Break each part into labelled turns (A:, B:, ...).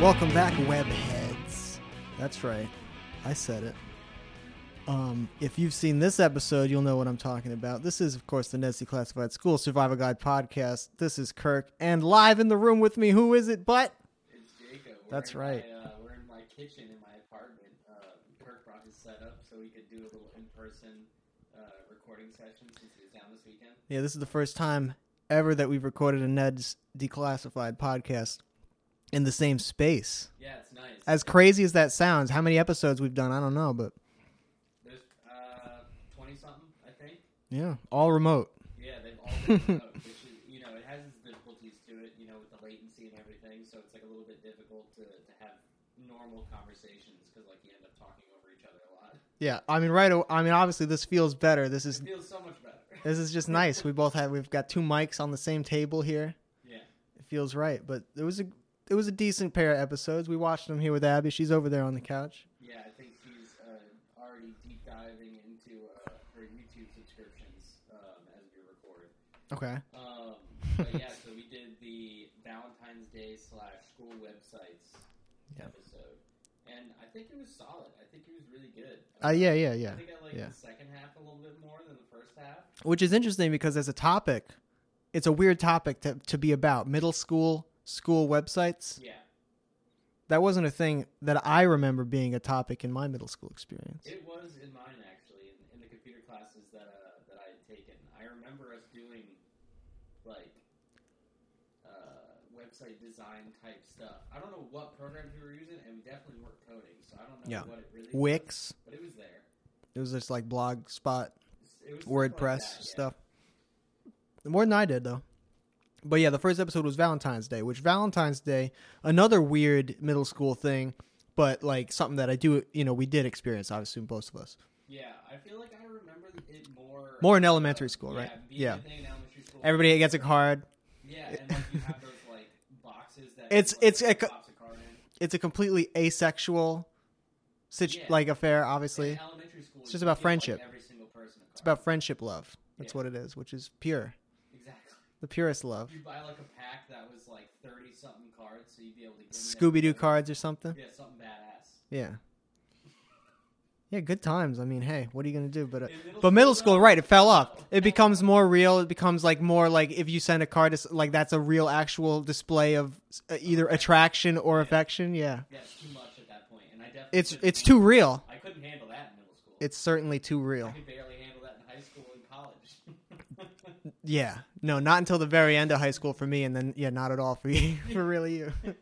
A: Welcome back, webheads. That's right. I said it. Um, if you've seen this episode, you'll know what I'm talking about. This is, of course, the NESC Classified School Survival Guide podcast. This is Kirk, and live in the room with me, who is it but?
B: It's Jacob. We're
A: That's
B: in
A: right.
B: My, uh, we're in my kitchen in my apartment. Uh, Kirk brought his setup so we could do a little in-person uh, recording session since he was down this weekend.
A: Yeah, this is the first time ever that we've recorded a Ned's Declassified podcast in the same space.
B: Yeah, it's nice.
A: As crazy as that sounds, how many episodes we've done, I don't know, but
B: There's twenty something, I think.
A: yeah, all remote.
B: Yeah, they've all been remote, which is you know it has its difficulties to it, you know, with the latency and everything. So it's like a little bit difficult to, to have normal conversations because like you end up talking over each other a lot.
A: Yeah, I mean, right. o- I mean, obviously, this feels better. This is
B: It feels so much better.
A: this is just nice. We both have we've got two mics on the same table here.
B: yeah.
A: It feels right. But it was a it was a decent pair of episodes. We watched them here with Abby. She's over there on the couch.
B: Yeah, I think she's uh, already deep diving into uh, her YouTube subscriptions um, as we record.
A: Okay.
B: Um, but yeah, so we did the Valentine's Day slash school websites
A: Yeah.
B: episode, and I think it was solid. I think it was really good.
A: Uh, yeah, yeah, yeah.
B: I think I liked
A: yeah.
B: the second half a little bit more than the first half.
A: Which is interesting because as a topic, it's a weird topic to to be about middle school school websites.
B: Yeah,
A: That wasn't a thing that I remember being a topic in my middle school experience.
B: it was in mine actually in, in the computer classes that uh, that I had taken. I remember us doing like uh, website design type stuff. I don't know what programs we were using, and we definitely weren't coding, so I don't know
A: Yeah.
B: what it really was,
A: Wix.
B: but it was there.
A: It was just like blog spot
B: It was stuff like
A: WordPress
B: that, yeah.
A: stuff. More than I did though. But yeah, the first episode was Valentine's Day, which Valentine's Day, another weird middle school thing, but like something that I do, you know, we did experience obviously both of us.
B: Yeah, I feel like I remember it more
A: More in
B: uh,
A: elementary school,
B: yeah,
A: right?
B: being
A: Yeah.
B: a thing in elementary school.
A: Everybody gets a card.
B: Yeah, and like you have those like boxes that
A: It's-
B: everyone,
A: it's a
B: like,
A: co-
B: pops a card in.
A: It's a completely asexual situ-
B: Yeah.
A: like affair, obviously.
B: In elementary school,
A: It's
B: you
A: just
B: give,
A: about
B: like,
A: friendship.
B: every single person. A
A: It's
B: card.
A: about friendship love. That's
B: Yeah.
A: what it is, which is pure.
B: exactly.
A: The purest love.
B: You buy like a pack that was like thirty something cards, so you'd be able to. give them
A: Scooby Doo
B: everything.
A: cards or something.
B: Yeah, something badass.
A: Yeah. Yeah, good times. I mean, hey, what are you gonna do? But uh,
B: In middle
A: but middle
B: school,
A: school,
B: though,
A: right? It fell off.
B: no.
A: It becomes more real. It becomes like more like if you send a card, it's like that's a real, actual display of uh, either attraction or
B: Yeah.
A: affection. Yeah,
B: That's too much at that point, and I definitely.
A: it's
B: couldn't
A: it's
B: handle-
A: too real.
B: I couldn't handle that in middle school.
A: It's certainly too
B: I
A: real.
B: could barely handle that in high school and college.
A: Yeah, no, not until the very end of high school for me, and then yeah, not at all for you, for really you.
B: um,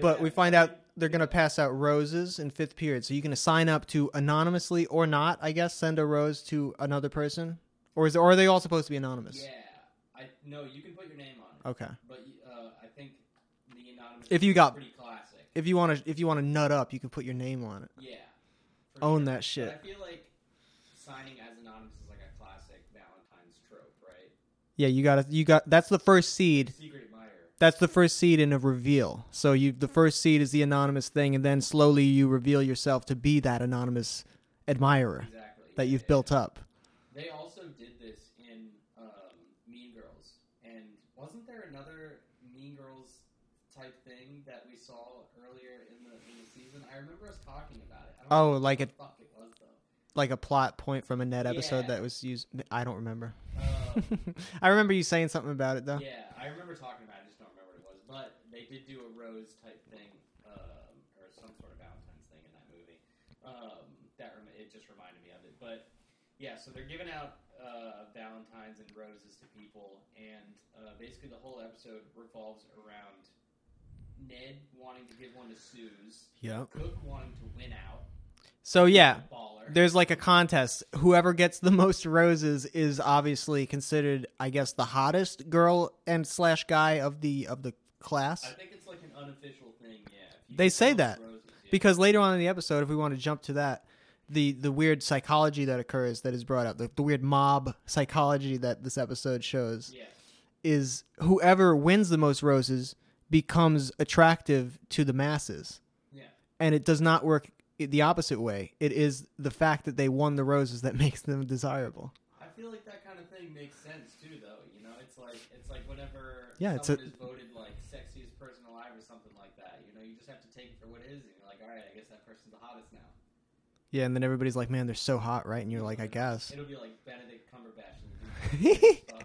A: But we
B: yeah,
A: find
B: I
A: out
B: mean,
A: they're gonna
B: yeah.
A: pass out roses in fifth period, so you can sign up to anonymously or not. I guess send a rose to another person, or is or are they all supposed to be anonymous?
B: Yeah, I no, you can put your name on it,
A: Okay.
B: but uh, I think the anonymous.
A: If you
B: is
A: got-
B: pretty classic,
A: if you want to if you want to nut up, you can put your name on it.
B: yeah, for
A: Own
B: sure.
A: that shit.
B: But I feel like signing as anonymous is like a classic Valentine's trope, right?
A: Yeah, you got to you got that's the first seed.
B: Secret admirer.
A: That's the first seed in a reveal. So you the first seed is the anonymous thing and then slowly you reveal yourself to be that anonymous admirer
B: Exactly.
A: that
B: yeah,
A: you've
B: yeah,
A: built up.
B: They also did this in um, Mean Girls, and wasn't there another Mean Girls type thing that we saw earlier in the, in the season? I remember us talking about it. I don't
A: Oh,
B: know
A: like
B: what
A: it-
B: the fuck it was though.
A: Like a plot point from a net episode
B: Yeah.
A: that was used I don't remember.
B: Um,
A: I remember you saying something about it though.
B: yeah, I remember talking about it. I just don't remember what it was, but they did do a rose type thing um, or some sort of Valentine's thing in that movie. Um, that rem- it just reminded me of it, but yeah, so they're giving out uh, Valentines and roses to people, and uh, basically the whole episode revolves around Ned wanting to give one to Suze,
A: Yeah.
B: Cook wanting to win out,
A: So yeah,
B: baller.
A: there's like a contest. Whoever gets the most roses is obviously considered, I guess, the hottest girl and slash guy of the of the
B: I
A: class.
B: think it's like an unofficial thing. Yeah, If you
A: They
B: get
A: say
B: the most
A: that,
B: roses, yeah.
A: Because later on in the episode, if we want to jump to that, the the weird psychology that occurs that is brought up, the, the weird mob psychology that this episode shows
B: yeah.
A: is whoever wins the most roses becomes attractive to the masses.
B: Yeah.
A: And it does not work i- the opposite way. It is the fact that they won the roses that makes them desirable.
B: I feel like that kind of thing makes sense too, though. You know, it's It's like it's like whenever
A: Yeah, it's a-
B: someone is voted like sexiest person alive or something like that. You know, you just have to take it for what it is, and you're like, all right, I guess that person's the hottest now.
A: Yeah, and then everybody's like, "Man, they're so hot, right?" And you're like, "I guess."
B: It'll be like Benedict Cumberbatch. And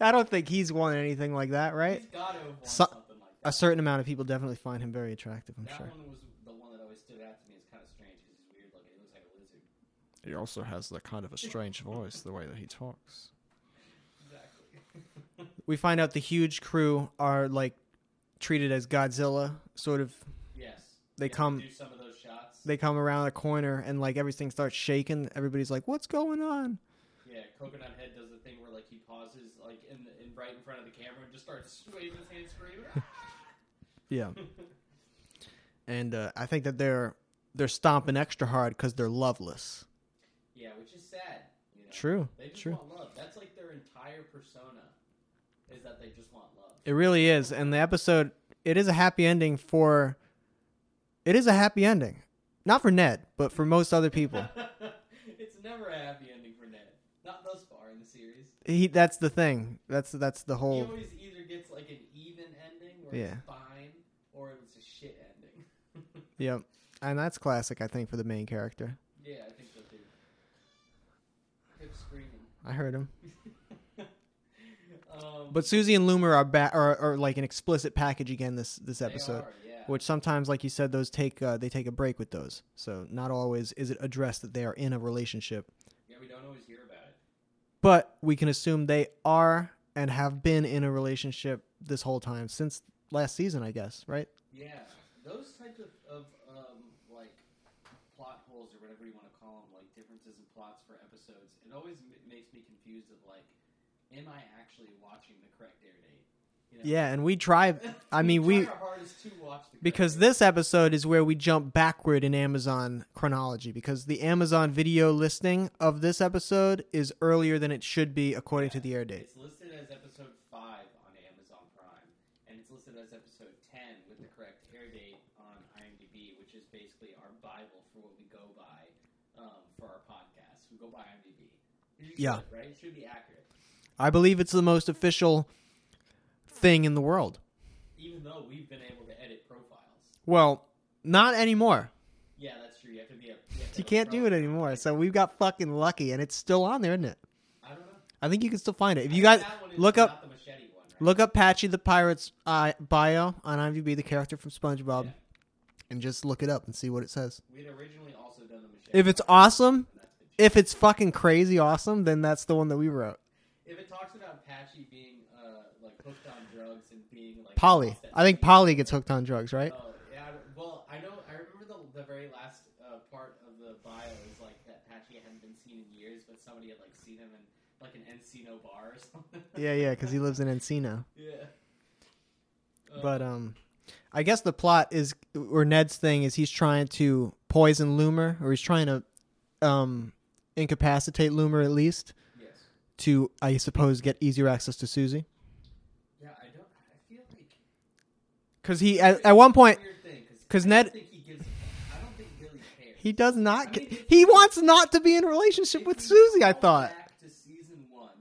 B: Uh,
A: I don't think he's won anything like that, right?
B: He's got to have won
A: So-
B: something like that.
A: A certain amount of people definitely find him very attractive. I'm
B: that
A: sure.
B: one was the one that always stood out to me. It's kind of strange because he's weird looking. He looks like a lizard.
C: He also has that kind of a strange voice, the way that he talks.
B: Exactly.
A: We find out the huge crew are like treated as Godzilla. Sort of,
B: yes.
A: They
B: Yeah,
A: come-
B: do some of those shots.
A: they come around a corner and like everything starts shaking. Everybody's like, "What's going on?"
B: Yeah, Coconut Head does the thing where like he pauses like in the, in right in front of the camera and just starts waving his hands screaming.
A: Yeah, and uh, I think that they're they're stomping extra hard because they're loveless.
B: yeah, which is sad. You know?
A: True,
B: They just
A: true.
B: want love. That's like their entire persona, is that they just want love.
A: It really is. And the episode, it is a happy ending for. It is a happy ending. Not for Ned, but for most other people.
B: it's never a happy ending for Ned. Not thus far in the series.
A: he that's the thing. That's that's the
B: He
A: whole
B: always either gets like an even ending where
A: Yeah.
B: it's fine, or it's a shit ending.
A: Yep. And that's classic I think for the main character.
B: yeah, I think so too. Hip screaming.
A: I heard him.
B: um,
A: But Susie and Loomer are back are, are like an explicit package again this this
B: they
A: episode.
B: are, yeah.
A: Which sometimes, like you said, those take uh, they take a break with those. So not always is it addressed that they are in a relationship,
B: Yeah, we don't always hear about it.
A: but we can assume they are and have been in a relationship this whole time since last season, I guess, right?
B: Yeah, those types of, of um, like plot holes or whatever you want to call them, like differences in plots for episodes, it always m- makes me confused of like, am I actually watching the correct air date? You know?
A: Yeah, and we try. I mean,
B: try
A: we-
B: our hardest to watch the correct
A: Because
B: air date.
A: this episode is where we jump backward in Amazon chronology because the Amazon video listing of this episode is earlier than it should be according to the air date.
B: it's listed as episode five on Amazon Prime, and it's listed as episode ten with the correct air date on IMDb, which is basically our bible for what we go by um, for our podcast. We go by IMDb. You should,
A: Yeah.
B: right. It should be accurate.
A: I believe it's the most official thing in the world.
B: even though we've been able to edit profiles.
A: Well, not anymore.
B: Yeah, that's true. You have to be a. You, have to
A: You
B: have a
A: can't do it
B: profile.
A: anymore. So we got fucking lucky and it's still on there, isn't it?
B: I don't know.
A: I think you can still find it. If
B: I
A: you guys
B: think that one is
A: look up
B: not the machete one, right?
A: look up Patchy the Pirate's uh, bio on IMDb, the character from SpongeBob,
B: Yeah.
A: and just look it up and see what it says.
B: We'd originally also done the machete.
A: If it's
B: one,
A: awesome,
B: and that's been changed.
A: if it's fucking crazy awesome, then that's the one that we wrote.
B: if it talks about Patchy being uh, like hooked on drugs and being like
A: Polly.
B: obsessed
A: I think
B: with-
A: Polly gets hooked on drugs, right?
B: Oh yeah. I don't- Well, I know. I remember the, the very last uh, part of the bio is like that Patchy hadn't been seen in years, but somebody had like seen him in like an Encino bar or something.
A: Yeah, yeah, because he lives in Encino.
B: yeah. Uh,
A: But um, I guess the plot is, or Ned's thing is, he's trying to poison Loomer, or he's trying to um incapacitate Loomer at least
B: yes.
A: to, I suppose, get easier access to Susie.
B: Yeah, I don't. I feel like
A: Because he, at, at one point,
B: Weird thing, 'cause
A: 'cause
B: I don't
A: Ned-
B: think he gives. a fuck. I don't think he really cares.
A: he does not. Get, he wants not to be in a relationship
B: If
A: with
B: we
A: Susie. I
B: go
A: thought.
B: Back to season one,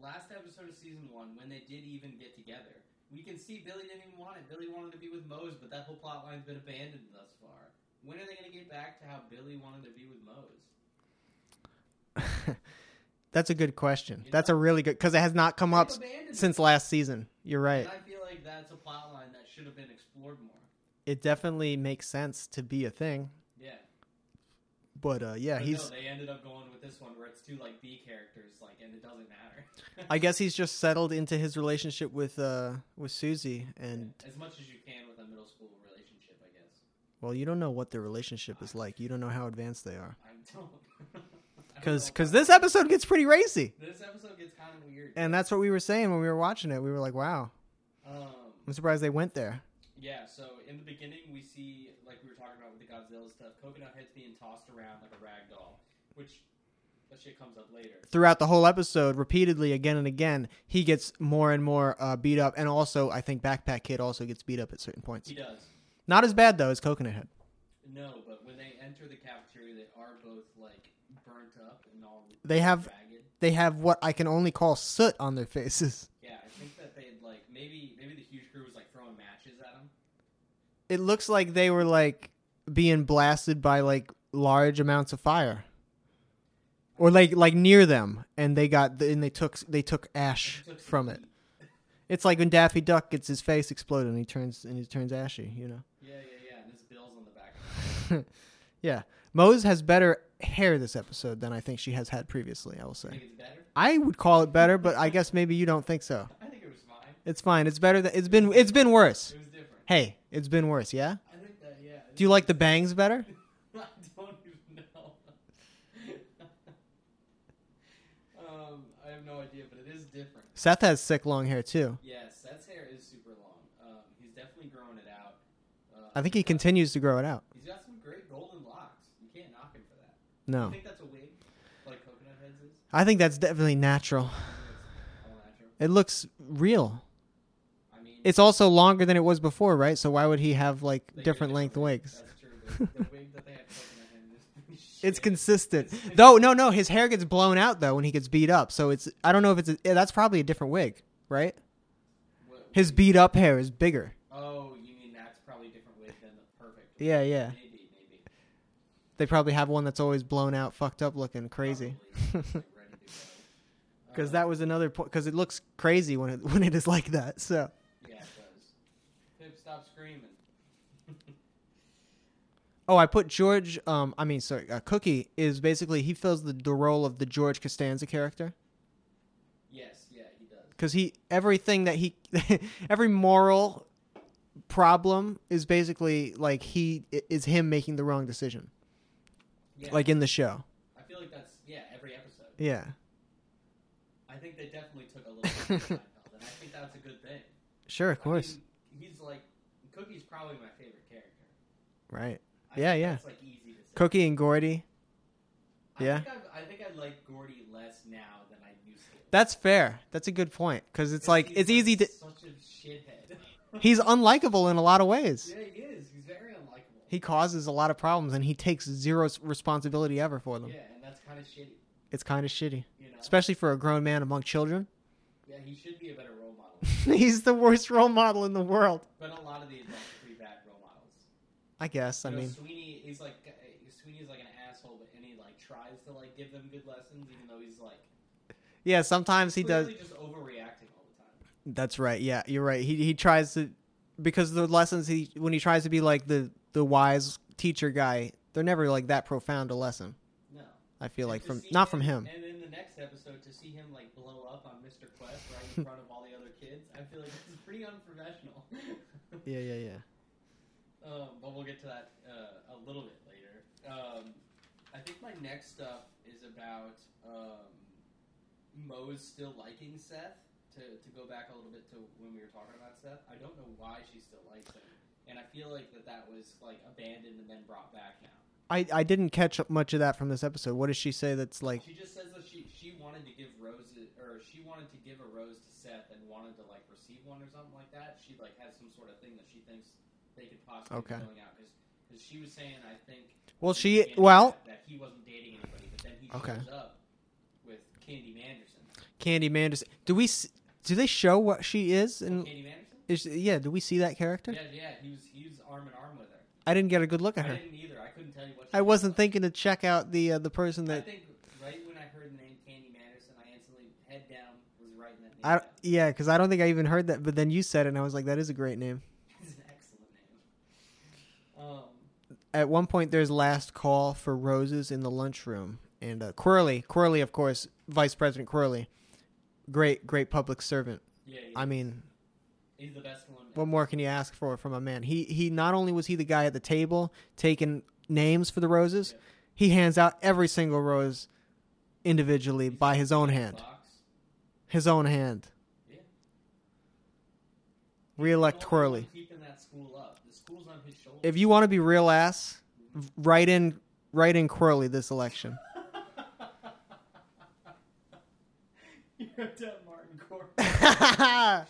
B: last episode of season one, when they did even get together, we can see Billy didn't even want it. Billy wanted to be with Mose, but that whole plot line's been abandoned thus far. When are they going to get back to how Billy wanted to be with Mose?
A: That's a good question.
B: You
A: That's a
B: know?
A: really good because it has not come
B: They've
A: up
B: abandoned
A: since
B: it.
A: last season. You're right.
B: And I feel like that's a plot line that should have been explored more.
A: It definitely makes sense to be a thing.
B: Yeah.
A: But uh, yeah,
B: But
A: he's.
B: No, they ended up going with this one where it's two like B characters, like, and it doesn't matter.
A: I guess he's just settled into his relationship with uh with Susie, and
B: as much as you can with a middle school relationship, I guess.
A: well, you don't know what their relationship is like. You don't know how advanced they are.
B: I don't. I don't
A: Because
B: know.
A: this episode gets pretty racy,
B: this episode gets kind of weird.
A: and that's what we were saying when we were watching it. We were like, "Wow,
B: um,
A: I'm surprised they went there."
B: yeah. So in the beginning, we see like we were talking about with the Godzilla stuff, coconut heads being tossed around like a rag doll, which that shit comes up later.
A: Throughout the whole episode, repeatedly, again and again, he gets more and more uh, beat up, and also I think Backpack Kid also gets beat up at certain points.
B: He does.
A: Not as bad though as Coconut Head.
B: No, but when they enter the cafeteria, they are both like burnt up and all.
A: They have-
B: ragged.
A: They have what I can only call soot on their faces.
B: Yeah, I think that they had like maybe maybe the huge crew was like throwing matches at them.
A: It looks like they were like being blasted by like large amounts of fire, or like like near them, and they got and they took they took ash from it. It's like when Daffy Duck gets his face exploded and he turns and he turns ashy. You know.
B: Yeah, yeah, yeah. And his bill's on the back.
A: yeah. Mose has better hair this episode than I think she has had previously, I will
B: I think
A: say.
B: it's better.
A: I would call it better, but I guess maybe you don't think so.
B: I think it was fine.
A: It's fine. It's better than it's been it's been worse.
B: It was different.
A: Hey, it's been worse, yeah?
B: I think that yeah. I
A: Do you like the bangs better?
B: I don't even know. um, I have no idea, but it is different.
A: Seth has sick long hair too.
B: Yes, Seth's hair is super long. Um, he's definitely growing it out. Uh,
A: I think he
B: he's got-
A: continues to grow it out.
B: He's got some great golden locks. You can't knock him for that. You
A: No.
B: think that's a wig, like coconut heads is?
A: I think that's definitely natural.
B: I think it's all natural.
A: It looks real.
B: I mean,
A: It's also longer than it was before, right? So why would he have like
B: they get a
A: different length wigs?
B: That's true. but The, wig that they had coconut head is pretty
A: It's
B: shit.
A: consistent. Though no no, his hair gets blown out though when he gets beat up. So it's I don't know if it's a, yeah, that's probably a different wig, right?
B: What-
A: His beat up hair is bigger.
B: Oh, you mean that's probably a different wig than the perfect. wig.
A: Yeah, yeah.
B: Maybe, maybe.
A: They probably have one that's always blown out, fucked up looking crazy.
B: Uh,
A: Cuz that was another point cuz it looks crazy when it when it is like that. So
B: Yeah, it does. Pip, stop screaming.
A: Oh, I put George um I mean sorry, uh, Cookie is basically he fills the, the role of the George Costanza character
B: Yes, yeah, he does.
A: cuz he everything that he every moral problem is basically like he is him making the wrong decision.
B: Yeah,
A: like in the show.
B: I feel like that's yeah every episode.
A: Yeah.
B: I think they definitely took a little bit from Seinfeld, and I think that's a good thing.
A: Sure, of
B: I
A: course.
B: mean, he's like Cookie's probably my favorite character.
A: right.
B: I
A: Yeah,
B: think
A: yeah.
B: That's like easy to say.
A: Cookie and Gordy.
B: I
A: yeah.
B: Think I've- I think I like Gordy less now than I used to.
A: That's fair. That's a good point because it's
B: Because
A: like
B: he's,
A: it's easy to.
B: Such a shithead.
A: He's unlikable in a lot of ways.
B: yeah, he is. He's very unlikable.
A: He causes a lot of problems and he takes zero s- responsibility ever for them.
B: yeah, and that's kind of shitty.
A: It's kind of shitty,
B: You know.
A: especially for a grown man among children.
B: Yeah, he should be a better role model.
A: He's the worst role model in the world.
B: But a lot of the adults are pretty bad role models.
A: I guess. I
B: you know,
A: mean,
B: Sweeney is like uh, Sweeney's like an asshole, but and he like tries to like give them good lessons, even though he's like
A: yeah. Sometimes he does.
B: clearly just overreacting all the time.
A: That's right. Yeah, you're right. He he tries to because the lessons he when he tries to be like the the wise teacher guy, they're never like that profound a lesson.
B: No,
A: I feel
B: And
A: like
B: to
A: from
B: see
A: not from him.
B: And then the next episode, to see him like blow up on Mr. Quest right in front of all the other kids, I feel like this is pretty unprofessional.
A: Yeah, yeah, yeah.
B: Um, but we'll get to that uh, a little bit later. Um, I think my next stuff is about um, Moe's still liking Seth. To, to go back a little bit to when we were talking about Seth, I don't know why she still likes him, and I feel like that that was like abandoned and then brought back now.
A: I I didn't catch much of that from this episode. What does she say? That's like
B: She just says that she she wanted to give roses or she wanted to give a rose to Seth and wanted to like receive one or something like that. She like has some sort of thing that she thinks they could possibly
A: Okay.
B: be going out because she was saying I think
A: well
B: in the
A: she
B: beginning
A: well
B: that, that he wasn't dating anybody, but then he
A: Okay.
B: shows up with Candy Manderson.
A: Candy Manderson. Do we s- do they show what she is and
B: Oh, Candy Manderson?
A: is yeah? Do we see that character?
B: Yeah, yeah, he was he was arm in arm with her.
A: I didn't get a good look at
B: I
A: her.
B: didn't either. I couldn't tell you what. She
A: I wasn't
B: looked
A: thinking to check out the uh, the person
B: like. I
A: that
B: think right when I heard the name Candy Manderson, I instantly head down was writing that name.
A: I
B: down.
A: yeah because I don't think I even heard that. But then you said it and I was like that is a great name.
B: It's an excellent name. Um,
A: at one point there's last call for roses in the lunchroom and uh, Quirley, Quirley of course, Vice President Quirley, great great public servant.
B: yeah, yeah.
A: I mean,
B: he's the best one.
A: what more can you ask for from a man? He he not only was he the guy at the table taking names for the roses,
B: Yeah.
A: he hands out every single rose individually
B: He's
A: by
B: got
A: his
B: the
A: own
B: black
A: hand.
B: box.
A: His own hand.
B: Yeah.
A: Reelect
B: He's the only
A: Quirley.
B: one Keeping that school up. The school's on his shoulders.
A: If you want to be real ass, v- write in write in Quirley this election.
B: you ripped out Martin Court. oh,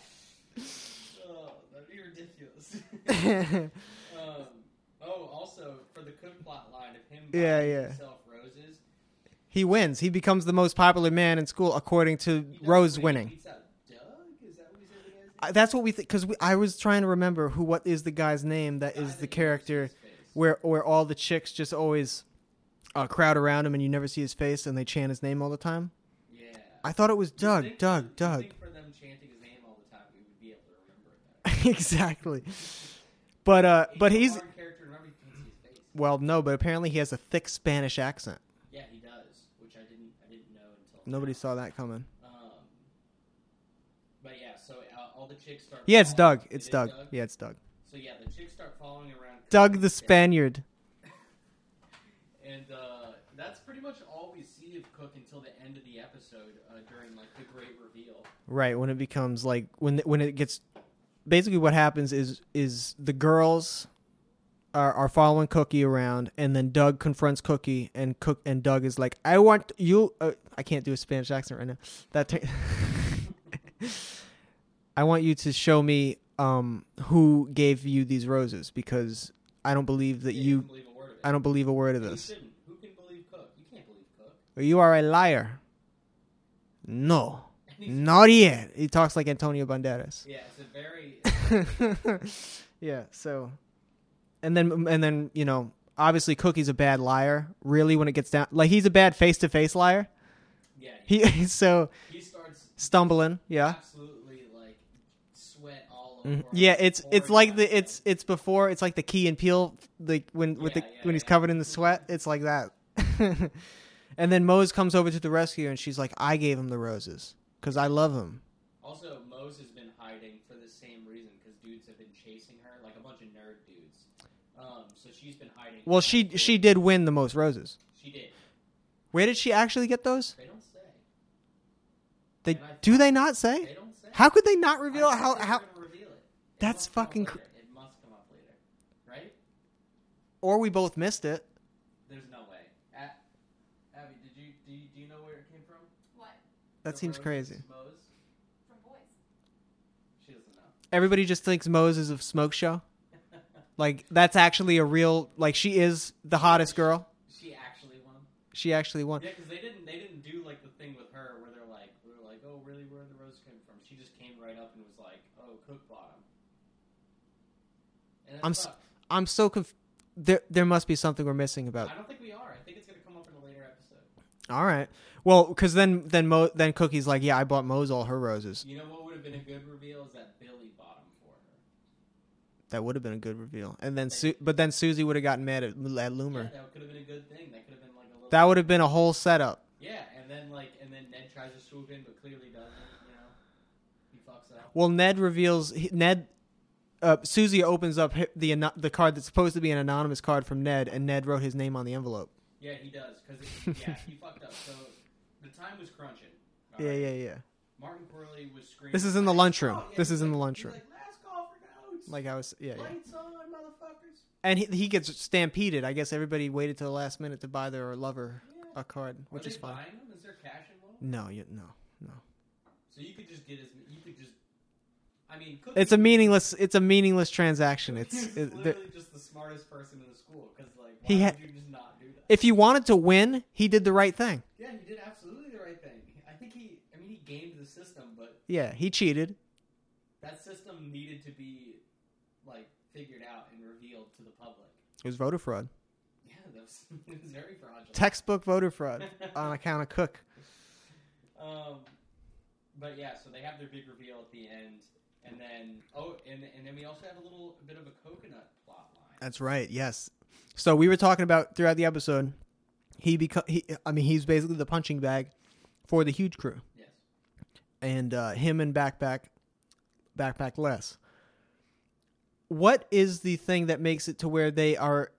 B: that'd be ridiculous. um, oh, also for the Cook plot line of him buying
A: Yeah, yeah.
B: himself roses.
A: He wins. He becomes the most popular man in school, according to
B: he does
A: Rose
B: win. He
A: winning.
B: beats out Doug? Is that what he said the guy's name
A: I- That's what we think. Because I was trying to remember who, what is the guy's name that
B: Guy
A: is
B: that
A: the
B: he
A: character
B: loses his face.
A: where where all the chicks just always uh, crowd around him and you never see his face and they chant his name all the time.
B: Yeah.
A: I thought it was
B: You'd
A: Doug,
B: think-
A: Doug,
B: you'd
A: Doug.
B: think for them chanting his name all the time, we would be able to remember it better.
A: exactly. But uh, but
B: a
A: he's
B: hard character to remember. You can't see his face.
A: well, no, but apparently he has a thick Spanish accent.
B: Yeah, he does, which I didn't. I didn't know until
A: Nobody
B: now.
A: saw that coming.
B: Um, but yeah, so uh, all the chicks start.
A: Yeah, it's
B: following-
A: Doug.
B: It
A: It's
B: is
A: Doug. Yeah, it's Doug.
B: So yeah, the chicks start following around.
A: Doug the
B: Cook and
A: Spaniard.
B: Sam, And uh, that's pretty much all we see of Cook until the end of the episode uh, during like the great reveal.
A: Right when it becomes like when when it gets basically what happens is is the girls are are following Cookie around and then Doug confronts Cookie and Cook and Doug is like I want you uh, I can't do a Spanish accent right now that ta- I want you to show me um who gave you these roses because I don't believe that
B: Yeah,
A: you
B: can believe a word of it.
A: I don't believe a word of
B: And you
A: this.
B: shouldn't. Who can believe Cook? You can't believe Cook.
A: You are a liar. No.
B: And he's-
A: Not yet. He talks like Antonio Banderas.
B: Yeah, it's a very.
A: yeah. So, and then and then you know, obviously Cookie's a bad liar. Really, when it gets down, like he's a bad face to face liar.
B: Yeah, he,
A: He he's so
B: he starts
A: stumbling. Yeah.
B: absolutely like sweat all over.
A: Mhm. Yeah, it's it's
B: pouring
A: like
B: on
A: the
B: him.
A: it's it's before it's like the key and peel like when with
B: Yeah,
A: the
B: yeah,
A: when he's
B: yeah.
A: covered in the sweat it's like that, and then Mose comes over to the rescue and she's like I gave him the roses because I love him
B: Also, Mose has been hiding for the same reason because dudes have been chasing her, like a bunch of nerd dudes. Um, so she's been hiding.
A: well she she did win the most roses
B: she did.
A: where did she actually get those
B: They don't say.
A: they
B: And I
A: do
B: thought-
A: they not say
B: They don't say.
A: How could they not
B: I
A: reveal
B: thought
A: how
B: they were
A: how
B: gonna reveal it. It
A: That's
B: must come up
A: fucking cr-
B: later. It must come up later, right?
A: or we both missed it?
B: There's no way. A- Abby, did you do, you do you know where it came from?
D: What?
A: That
B: The
A: seems
B: rose
A: crazy.
B: is Mose.
D: From boys.
B: She doesn't know.
A: Everybody just thinks Mose is a smoke show. Like that's actually a real like she is the hottest girl.
B: she actually won.
A: She actually won.
B: Yeah, because they didn't they didn't do like the thing with her where they're like we were like oh really where the rose came from. She just came right up and was like oh cook bottom. And
A: I'm
B: that's
A: s-
B: fucked.
A: I'm so conf- there there must be something we're missing about.
B: I don't think we are. I think it's gonna come up in a later episode.
A: All right. Well, cuz then then Mo then Cookie's like, "Yeah, I bought Mose all her roses."
B: You know what would have been a good reveal is that Billy bottom for her.
A: That would have been a good reveal. And then Su- but then Susie would have gotten mad at, at Loomer.
B: Yeah, that could have been a good thing. That could have been like a little.
A: That would have been a whole setup.
B: yeah, and then like and then Ned tries to swoop in but clearly doesn't. You know, he fucks up.
A: Well, Ned reveals he- Ned. Uh, Susie opens up hi- the ano- the card that's supposed to be an anonymous card from Ned, and Ned wrote his name on the envelope.
B: Yeah, he does because yeah he fucked up. So the time was crunching. all
A: Yeah,
B: right?
A: yeah, yeah.
B: Martin Corley was screaming.
A: This is in the
B: "Last
A: lunchroom.
B: call." Yeah,
A: This
B: he's
A: is in
B: like-
A: the
B: he's
A: lunchroom.
B: Like, last call for notes.
A: Like I was, yeah, yeah.
B: Lights on, motherfuckers.
A: And he, he gets stampeded. I guess everybody waited till the last minute to buy their lover
B: Yeah.
A: a card, Uh, which
B: Are
A: is
B: they
A: fine.
B: Buying them? Is there cash involved?
A: No, you, no, no.
B: So you could just get as you could just. I mean, Cookie,
A: It's a meaningless. It's a meaningless transaction. It's it,
B: He's
A: there-
B: literally just the smartest person in the school because, like, why
A: He
B: would
A: had-
B: you just not do that?
A: if you wanted to win, he did the right thing.
B: yeah, he did absolutely the right thing. I think he. I mean, he gamed the system, but
A: Yeah, he cheated.
B: that system needed to be like figured out and revealed to the public.
A: It was voter fraud,
B: Yeah, that was, it was very fraudulent.
A: textbook voter fraud on account of Cook.
B: Um, but yeah, so they have their big reveal at the end, and then oh, and and then we also have a little bit of a coconut plot line.
A: That's right. Yes. So we were talking about throughout the episode. He become he. I mean, he's basically the punching bag for the huge crew,
B: Yes,
A: and uh, him and backpack, backpack less. What is the thing that makes it to where they are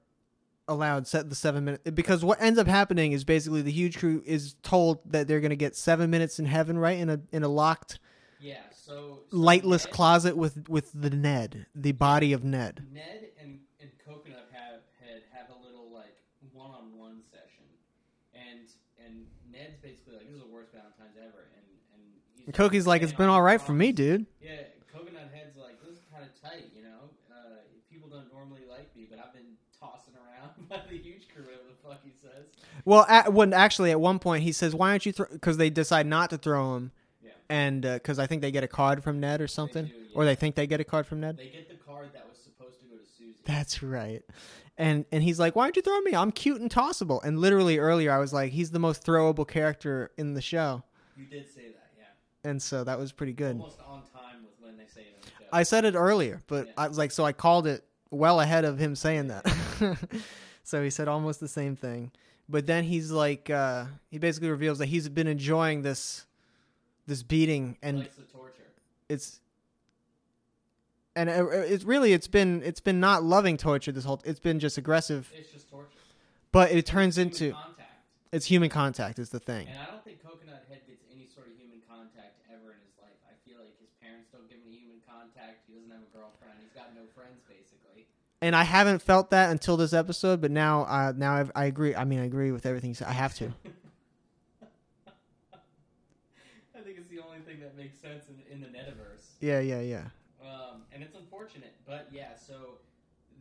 A: allowed set the seven minute? Because what ends up happening is basically the huge crew is told that they're going to get seven minutes in heaven, right? In a in a locked,
B: yeah. So, so
A: lightless
B: Ned,
A: closet with with the Ned, the body of Ned.
B: Ned and and coconut have had have a little like one on one session, and and Ned's basically like this is the worst Valentine's ever, and and he's
A: And Cookie's like,
B: "Man,
A: it's been
B: I
A: all right for me,
B: promise."
A: dude.
B: Yeah, coconut head's like this is kind of tight, you know. Uh, people don't normally like me, but I've been tossing around by the huge crew, whatever the fuck he says.
A: Well, at, when actually at one point he says, "Why aren't you?" Because they decide not to throw him,
B: Yeah.
A: and because I think they get a card from Ned or something,
B: do,
A: or
B: yeah.
A: they think they get a card from Ned.
B: They get the card that was supposed to go to Susie.
A: That's right. And and he's like, "Why aren't you throwing me? I'm cute and tossable." And literally earlier, I was like, "He's the most throwable character in the show,"
B: You did say that, yeah.
A: and so that was pretty good.
B: Almost on time with when they say it on the show.
A: I said it earlier, but
B: Yeah.
A: I was like, so I called it well ahead of him saying that. so he said almost the same thing, but then he's like, uh, he basically reveals that he's been enjoying this, this beating, and
B: Likes the torture.
A: it's, and it- it's really it's been it's been not loving torture this whole. It's been just aggressive,
B: It's just torture.
A: but it turns
B: Human
A: into
B: contact.
A: it's human contact is the thing.
B: And I don't think Coconut Head gets any sort of human contact ever in his life. I feel like his parents don't give him any human contact. He doesn't have a girlfriend. He's got no friends, basically.
A: And I haven't felt that until this episode, but now uh, now I've, I agree. I mean, I agree with everything. you said. I have to.
B: I think it's the only thing that makes sense in, in the Netiverse.
A: Yeah, yeah, yeah.
B: Um, and it's unfortunate, but yeah, so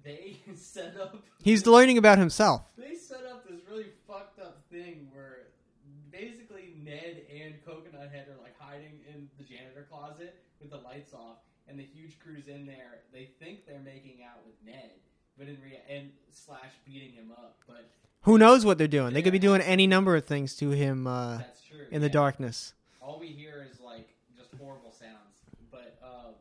B: they set up.
A: He's learning about himself.
B: They set up this really fucked up thing where basically Ned and Coconut Head are like hiding in the janitor closet with the lights off, and the huge crew's in there. They think they're making out with Ned, but in rea- and slash beating him up. But
A: Who knows what they're doing? They could be doing any number of things to him uh,
B: that's true.
A: in the
B: yeah.
A: darkness.
B: all we hear is like just horrible sounds. But um,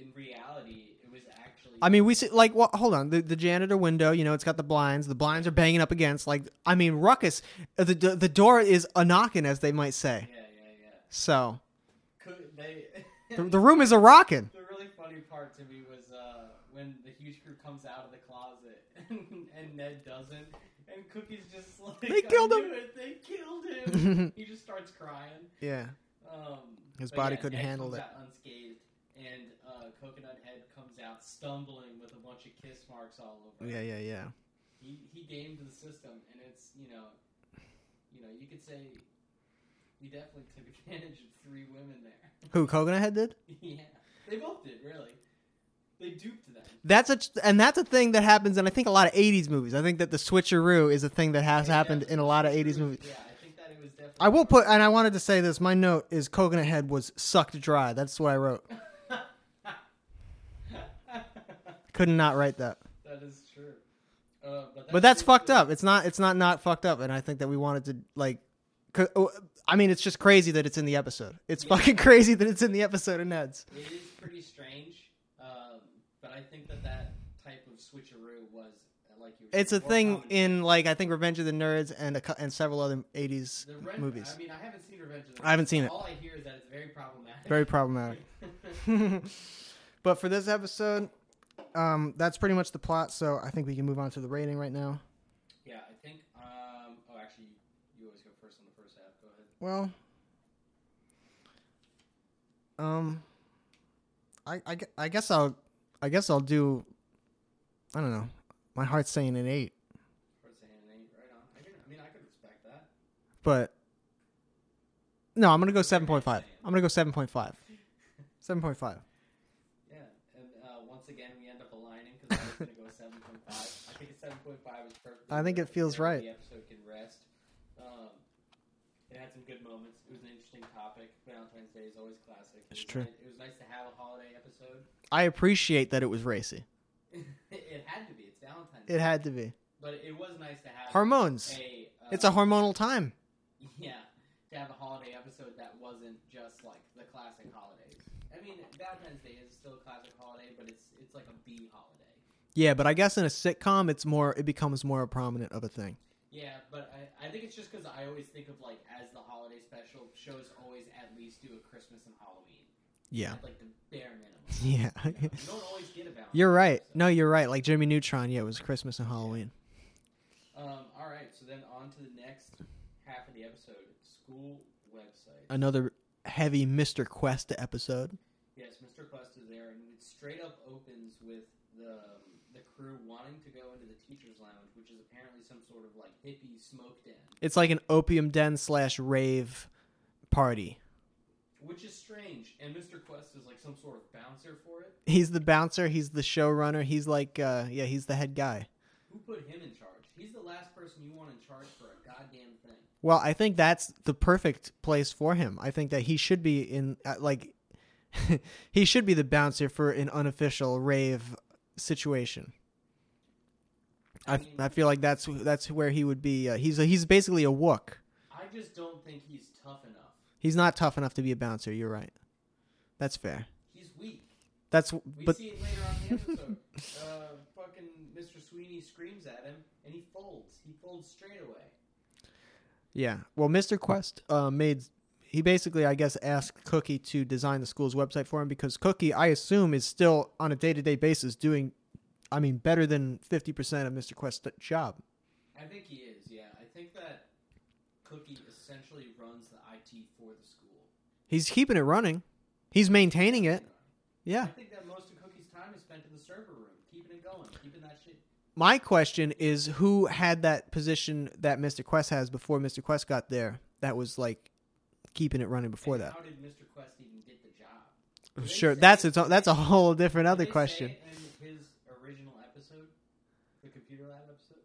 B: in reality, it was actually.
A: I mean, we see like what? Hold on, the, the janitor window. You know, it's got the blinds. The blinds are banging up against. Like, I mean, ruckus. uh, The the, the door is a knocking, as they might say.
B: yeah, yeah, yeah.
A: So
B: Could they?
A: the, the room is a rocking.
B: The really funny part to me was uh, when the huge crew comes out of the closet and, and Ned doesn't, and Cookie's just like,
A: They killed
B: "I
A: him."
B: knew it, They killed him. he just starts crying.
A: Yeah,
B: Um,
A: His
B: but
A: body
B: yeah,
A: couldn't
B: Ned
A: handle
B: comes
A: it.
B: out unscathed, and uh, Coconut Head comes out stumbling with a bunch of kiss marks all over.
A: yeah, yeah, yeah.
B: He he gamed the system, and it's you know, you know, you could say he definitely took advantage of three women there.
A: Who coconut head did?
B: Yeah, they both did. Really, they duped them.
A: That's a and that's a thing that happens in I think a lot of '80s movies. I think that the switcheroo is a thing that has
B: Yeah,
A: happened in a lot of '80s movies.
B: Yeah, I think that it was definitely.
A: I will put, and I wanted to say this. My note is coconut head was sucked dry. That's what I wrote. Could not write that.
B: that is true. Uh, but that's,
A: but that's
B: basically-
A: fucked up. It's not. It's not not fucked up. And I think that we wanted to like. c- oh, I mean, it's just crazy that it's in the episode. It's
B: Yeah.
A: fucking crazy that it's in the episode of Ned's.
B: It is pretty strange, um, but I think that that type of switcheroo was uh, like you. Were
A: It's a
B: saying, more
A: thing
B: common.
A: in like I think Revenge of the Nerds and a, cou- and several other '80s
B: the Ren-
A: movies.
B: I mean, I haven't seen Revenge of the
A: I haven't
B: Nerds,
A: seen
B: so
A: it.
B: All I hear is that it's very problematic.
A: Very problematic. but for this episode, um, that's pretty much the plot. So I think we can move on to the rating right now.
B: yeah, I think. Um, oh, actually, you always go first on the first half. Go ahead.
A: Well, um, I, I, gue- I guess I'll I guess I'll do. I don't know. My heart's saying an eight,
B: First hand, right on. I, can, I mean, I could respect that.
A: but no, I'm gonna go seven point five. I'm gonna go seven point five. Seven point five.
B: Yeah, and uh, once again we end up aligning because I was going to go seven point five. I think a seven point five is perfect.
A: I think it feels right.
B: The episode can rest. Um, it had some good moments. It was an interesting topic. Valentine's Day is always classic. It
A: It's
B: was
A: true.
B: ni- it was nice to have a holiday episode.
A: I appreciate that it was racy.
B: it had to be. It's Valentine's.
A: It
B: Day.
A: had to be
B: But it was nice to have
A: hormones.
B: a. Uh,
A: It's a hormonal time.
B: yeah. To have a holiday episode that wasn't just like the classic holidays. I mean, Valentine's Day is still a classic holiday, but it's it's like a B holiday.
A: Yeah, but I guess in a sitcom, it's more. It becomes more prominent of a thing.
B: Yeah, but I, I think it's just because I always think of like as the holiday special shows always at least do a Christmas and Halloween.
A: Yeah.
B: At, like the bare minimum.
A: Yeah.
B: You, know? You don't always get about.
A: You're right. No, you're right. Like Jimmy Neutron, yeah, it was Christmas and Halloween.
B: Um. All right. So then on to the next half of the episode. School website.
A: Another heavy Mr. Quest episode.
B: Yes, Mr. Quest is there, and it straight up opens with the um, the crew wanting to go into the teachers' lounge, which is apparently some sort of like hippie smoke den,
A: It's like an opium den slash rave party.
B: which is strange. And Mr. Quest is like some sort of bouncer for it.
A: He's the bouncer. He's the showrunner. He's like, uh, yeah, he's the head guy.
B: Who put him in charge? He's the last person you want in charge for a goddamn thing.
A: Well, I think that's the perfect place for him. I think that he should be in uh, like he should be the bouncer for an unofficial rave situation. I,
B: mean,
A: I feel like that's that's where he would be. Uh, he's a, he's basically a wook.
B: I just don't think he's tough enough.
A: He's not tough enough to be a bouncer. You're right. That's fair.
B: He's weak.
A: That's
B: We
A: but
B: see it later on in the episode. uh, fucking Mr. Sweeney screams at him, and he folds. He folds straight away.
A: yeah. Well, Mr. Quest uh, made he basically I guess asked Cookie to design the school's website for him because Cookie I assume is still on a day to day basis doing, I mean, better than fifty percent of Mr. Quest's job.
B: I think he is. Yeah, I think that Cookie essentially runs the IT for the school.
A: He's keeping it running. He's maintaining it.
B: I
A: Yeah.
B: think that most of Cookie's time is spent in the server room, keeping it going, keeping that shit.
A: My question is who had that position that Mr. Quest has before Mr. Quest got there? That was like keeping it running before
B: And
A: that.
B: How did Mr. Quest even get the job? Did they
A: Sure,
B: say
A: that's
B: it-
A: its own, that's a whole different
B: did
A: other
B: they say
A: question.
B: it in his original episode, the computer lab episode.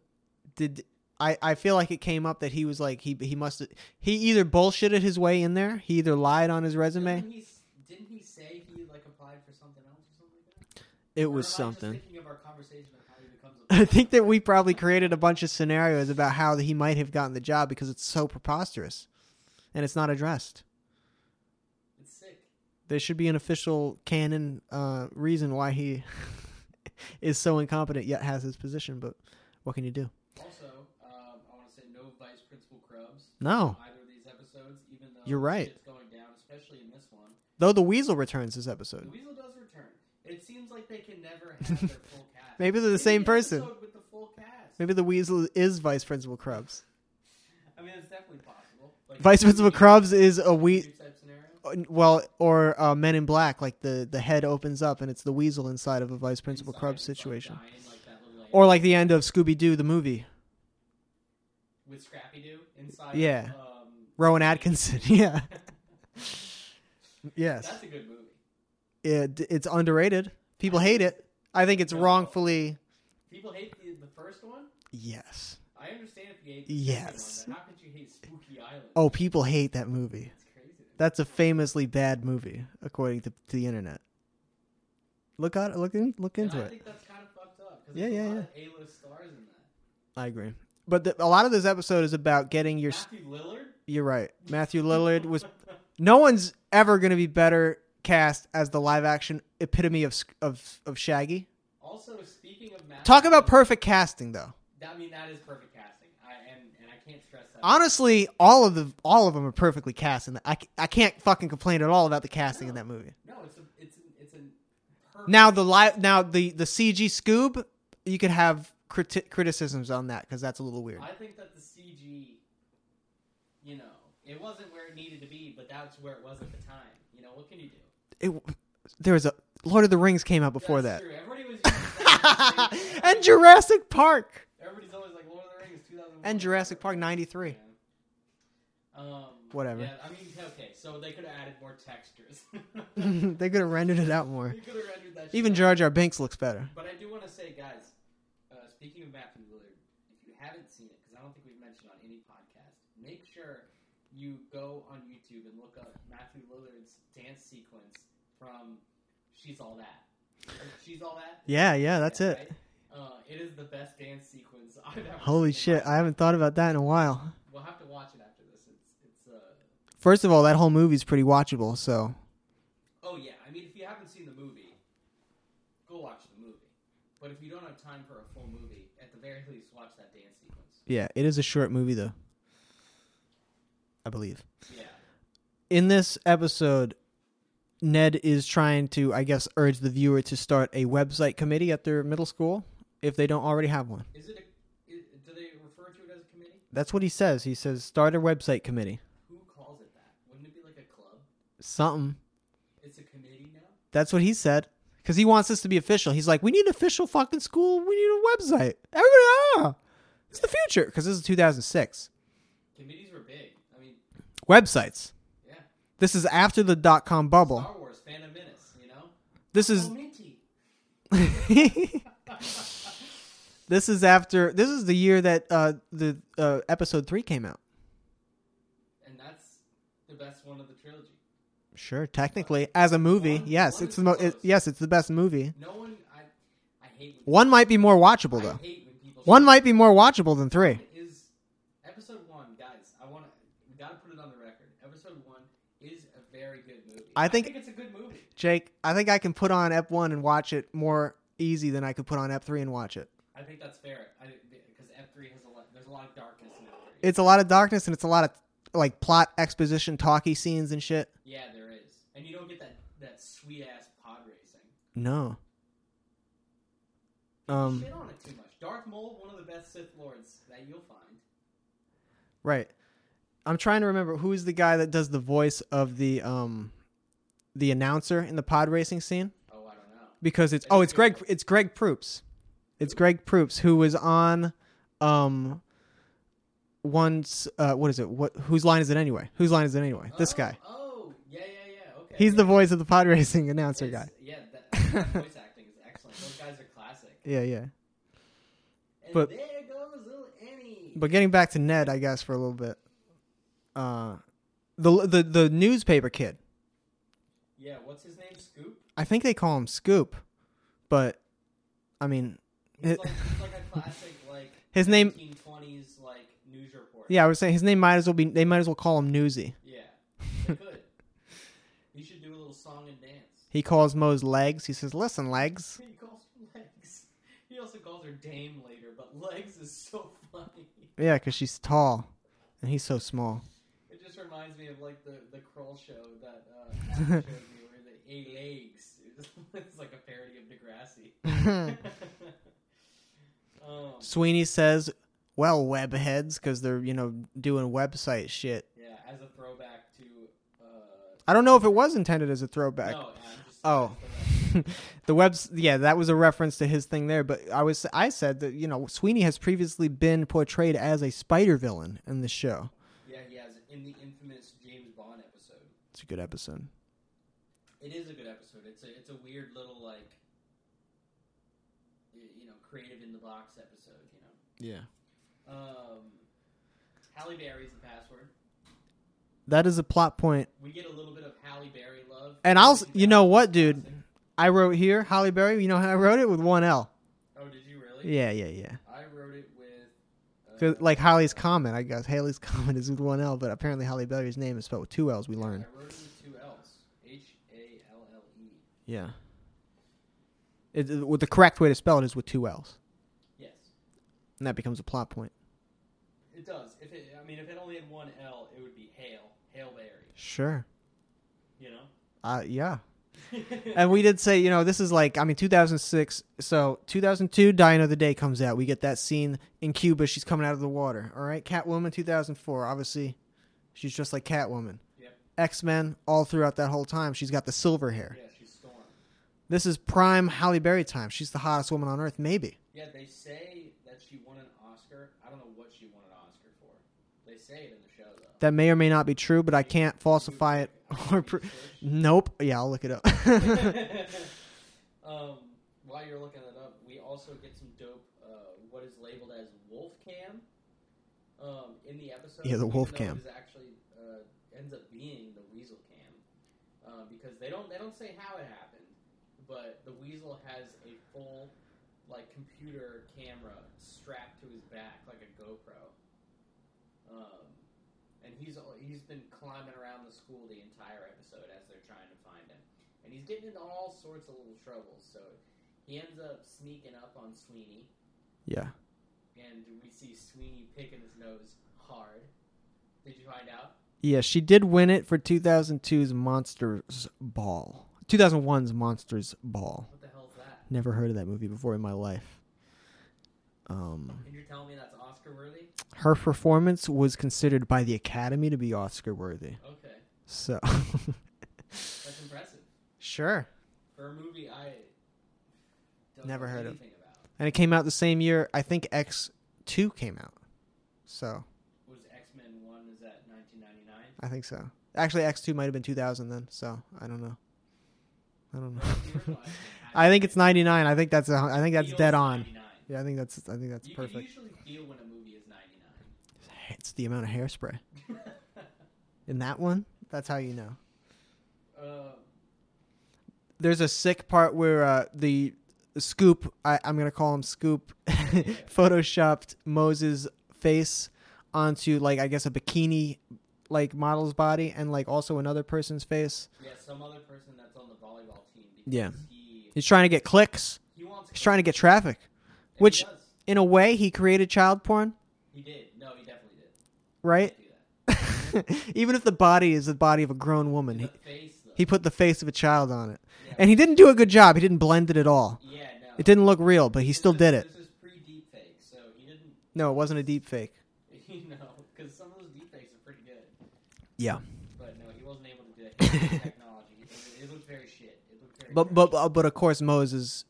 A: Did I, I feel like it came up that he was like he he must he either bullshitted his way in there, he either lied on his resume.
B: Didn't he, s- didn't he say he like applied for something else or something like that?
A: It
B: Or
A: was
B: am I just
A: something.
B: thinking of our conversation of how he becomes a-
A: I think that we probably created a bunch of scenarios about how he might have gotten the job because it's so preposterous and it's not addressed.
B: It's sick.
A: There should be an official canon uh, reason why he is so incompetent yet has his position, but what can you do?
B: Also, um, I want to say no vice principal Krubs.
A: No.
B: in Either of these episodes, even though
A: You're right.
B: It's going down, especially in this one.
A: Though the weasel returns this
B: The
A: episode.
B: Weasel does return. It seems like they can never have their full cast.
A: Maybe they're the same
B: an
A: person.
B: episode With the full cast.
A: Maybe the weasel is Vice Principal Krubs.
B: I mean, it's definitely possible. Like,
A: Vice Principal Krubs is a
B: two
A: we
B: type scenario.
A: well or uh, Men in Black like the the head opens up and it's the weasel inside of a Vice Principal
B: Inside,
A: Krubs
B: it's, like,
A: situation.
B: dying, like that little lady
A: Or like the end of Scooby Doo the movie.
B: with Scrappy Doo inside.
A: Yeah.
B: Of, um,
A: Rowan Atkinson. Yeah. Yes.
B: That's a good movie.
A: It, it's underrated. People hate it. I think it's wrongfully.
B: People hate the, the first one.
A: Yes.
B: I understand if you hate the second
A: Yes.
B: one, but how could you hate Spooky Island?
A: Oh, people hate that movie.
B: It's crazy.
A: That's a famously bad movie, according to, to the internet. Look out! Look in, look
B: And
A: into
B: I
A: it.
B: think that's kind of fucked up. 'cause
A: Yeah,
B: there's a
A: yeah,
B: lot Of A-list stars in that.
A: I agree. But the, a lot of this episode is about getting your. s-
B: Matthew Lillard.
A: You're right. Matthew Lillard was. No one's ever going to be better cast as the live action epitome of Sc- of of Shaggy.
B: also, speaking of Matthew.
A: Talk about
B: Lillard,
A: perfect casting, though.
B: I mean, that is perfect casting. I and and I can't stress that.
A: honestly, all of the all of them are perfectly cast, and I, I can't fucking complain at all about the casting in that movie.
B: no, it's a it's an, it's an perfect.
A: Now the li- now the the CG Scoob, you could have criti- criticisms on that because that's a little weird.
B: I think that the CG, you know, it wasn't where it needed to be, but that's where it was at the time. You know, what can you do?
A: It, there was a Lord of the Rings came out before
B: That's
A: that,
B: true. Everybody was. using that.
A: and Jurassic Park
B: Everybody's always like Lord of the Rings 2001.
A: and Jurassic Park '93.
B: Yeah. Um,
A: Whatever.
B: Yeah, I mean, okay, so they could have added more textures. they
A: they could have rendered it out more.
B: could have rendered that. shit
A: Even
B: out.
A: Jar Jar Binks looks better.
B: But I do want to say, guys, uh, speaking of Matthew Lillard, if you haven't seen it, because I don't think we've mentioned on any podcast, make sure you go on YouTube and look up Matthew Lillard's dance sequence from She's All That. She's All That?
A: Yeah, yeah, that's
B: Yeah,
A: it.
B: right? Uh, it is the best dance sequence I've ever
A: Holy
B: seen in my
A: shit, I haven't thought about that in a while.
B: We'll have to watch it after this. It's it's uh
A: First of all, that whole movie's pretty watchable, so
B: oh yeah. I mean, if you haven't seen the movie, go watch the movie. But if you don't have time for a full movie, at the very least, watch that dance sequence.
A: Yeah, it is a short movie though. I believe.
B: Yeah,
A: In this episode, Ned is trying to, I guess, urge the viewer to start a website committee at their middle school if they don't already have one.
B: is it? A, i- do they refer to it as a committee?
A: That's what he says. He says start a website committee.
B: Who calls it that? Wouldn't it be like a club?
A: Something.
B: It's a committee now.
A: That's what he said. Because he wants this to be official. He's like, we need an official fucking school. We need a website. Everybody, ah, it's the future. Because this is 2006.
B: Committees were big. I mean,
A: Websites.
B: yeah.
A: This is after the dot com bubble.
B: Star Wars, Phantom Oh, Menace. You know,
A: This is
B: Oh, Minty.
A: this This is after. This is the year that uh, the uh, episode three came out.
B: and that's the best one of the trilogy.
A: Sure, technically, as a movie,
B: One-
A: yes,
B: one
A: it's
B: is
A: the mo- it,
B: close.
A: yes, it's the best movie.
B: No one, I, I hate. When
A: One might be more watchable
B: I
A: though.
B: hate when people
A: One
B: say-
A: might be more watchable than three.
B: Is episode one, guys? I want to. We gotta put it on the record. Episode one is a very good movie.
A: I think-
B: it's a good movie.
A: Jake, I think I can put on Ep one and watch it more easy than I could put on Ep three and watch it.
B: I think that's fair. I because F three has a lot. There's a lot of darkness in F three.
A: It's a lot of darkness and it's a lot of like plot exposition, talky scenes and shit.
B: Yeah, there is, and you don't get that that sweet ass pod racing.
A: No. Um.
B: Shit on it too much. Darth Maul, one of the best Sith lords that you'll find.
A: Right. I'm trying to remember who is the guy that does the voice of the um the announcer in the pod racing scene
B: Oh, I don't know.
A: because it's
B: I
A: oh
B: think
A: it's
B: it's-
A: Greg it's Greg Proops. It's Greg Proops who was on um once uh what is it? What whose line is it anyway? Whose line is it anyway? This
B: Oh,
A: guy.
B: Oh, yeah, yeah, yeah. Okay.
A: He's
B: yeah.
A: the voice of the pod racing announcer
B: It's-
A: guy.
B: Yeah, that, that voice acting is excellent. Those guys are classic.
A: Yeah, yeah.
B: And
A: But-
B: there goes little Annie.
A: But getting back to Ned, I guess for a little bit. Uh the the the newspaper kid.
B: yeah, what's his name? Scoop.
A: I think they call him Scoop, but I mean,
B: He's
A: It-
B: like, he's like a classic, like
A: His name-
B: 1920s like news reporter.
A: yeah, I was saying his name might as well be. They might as well call him Newsy.
B: yeah. They could. he should do a little song and dance.
A: He calls Moe's legs. He says, "Listen, legs."
B: He calls her legs. He also calls her Dame later, but legs is so funny.
A: Yeah, because she's tall, and he's so small.
B: It just reminds me of like the the Kroll show that uh, Adam showed me where the a legs. It's like a parody of Degrassi. um,
A: Sweeney says, "Well, webheads," because they're you know doing website shit.
B: yeah, as a throwback to. Uh,
A: I don't know if it was intended as a throwback.
B: no, I'm just,
A: Oh. the webs, yeah, that was a reference to his thing there. But I was, I said that you know Sweeney has previously been portrayed as a spider villain in the show.
B: yeah, he has in the infamous James Bond episode.
A: It's a good episode.
B: It is a good episode. It's a it's a weird little like, y- you know, creative in the box episode. You know,
C: Yeah.
B: um, Halle Berry's the password.
A: That is a plot point
B: We get a little bit of Halle Berry love.
A: And I'll- you know what, dude?
B: Classic.
A: I wrote here, Holly Berry. You know how I wrote it with one L.
B: Oh, did you really?
A: Yeah, yeah, yeah.
B: I wrote it with. uh,
A: 'Cause, like Holly's comment, I guess Haley's comment is with one L, but apparently Holly Berry's name is spelled with two L's. We
B: I
A: learned.
B: wrote it with two L's. H A L L E.
A: Yeah. It, it- with the correct way to spell it is with two L's,
B: Yes,
A: and that becomes a plot point.
B: it does. If it, I mean, if it only had one L, it would be Hale, Hale Berry.
A: Sure.
B: You
A: Uh, yeah.
B: know.
A: And we did say, you know, this is like, I mean, 2006. So 2002, Die Another Day comes out. We get that scene in Cuba. She's coming out of the water. All right. Catwoman 2004. Obviously, she's just like Catwoman.
B: Yep.
A: X Men all throughout that whole time. She's got the silver hair.
B: yeah, she's Storm.
A: This is prime Halle Berry time. She's the hottest woman on earth, maybe.
B: Yeah, they say that she won an Oscar. I don't know what she won an Oscar for. They say it in the show though.
A: That may or may not be true, but I can't falsify it or pro- Nope. Yeah, I'll look it up.
B: um, while you're looking it up, we also get some dope. Uh, what is labeled as wolf cam um, in the episode?
A: Yeah, the
B: even
A: wolf
B: though
A: cam.
B: it is actually uh, ends up being the weasel cam um, because they don't they don't say how it happened, but the weasel has a full like computer camera strapped to his back like a GoPro. Um, and he's he's been climbing around the school the entire episode as they're trying to find him, and he's getting into all sorts of little troubles. So he ends up sneaking up on Sweeney,
A: yeah.
B: and we see Sweeney picking his nose hard. Did you find out?
A: Yeah, she did win it for 2002's Monsters Ball. 2001's Monsters Ball.
B: What the hell's that?
A: Never heard of that movie before in my life. Um,
B: And you're telling me that's Oscar worthy?
A: her performance was considered by the Academy to be Oscar worthy.
B: Okay,
A: So,
B: that's impressive
A: sure.
B: for a movie I don't
A: Never
B: know
A: heard of.
B: anything about.
A: And it came out the same year I think X2 came out. So,
B: Was X Men One? Is that 1999?
A: I think so. Actually, X2 might have been 2000 then. So, I don't know. I don't know. I think it's 99. I think that's a, I think that's
B: Feels
A: dead on.
B: 99.
A: Yeah, I think that's I think that's
B: you can
A: perfect.
B: usually feel when a movie is 99.
A: It's the amount of hairspray in that one. That's how you know.
B: uh,
A: There's a sick part where uh, the scoop I, I'm gonna call him Scoop photoshopped Moses' face onto like I guess a bikini like model's body and like also another person's face.
B: yeah, some other person that's on the volleyball team. Because
A: Yeah.
B: He,
A: He's trying to get clicks.
B: he wants.
A: He's trying to get traffic.
B: and he
A: Which
B: does.
A: in a way he created child porn,
B: He did. No, he definitely did.
A: right?
B: Do that.
A: Even if the body is the body of a grown woman,
B: The
A: he,
B: face, though.
A: he put the face of a child on it.
B: Yeah.
A: And he didn't do a good job. He didn't blend it at all.
B: yeah, no.
A: It didn't look real, but he still
B: this
A: did
B: is-
A: it.
B: This is pre-deep fake, so he didn't,
A: No, it wasn't a deep fake.
B: you know, because some of those deep fakes are pretty good.
A: Yeah.
B: But no, he wasn't able to do that. He didn't have the technology. It, it, looked very shit. It looked very.
A: But
B: trash.
A: but but of course Moses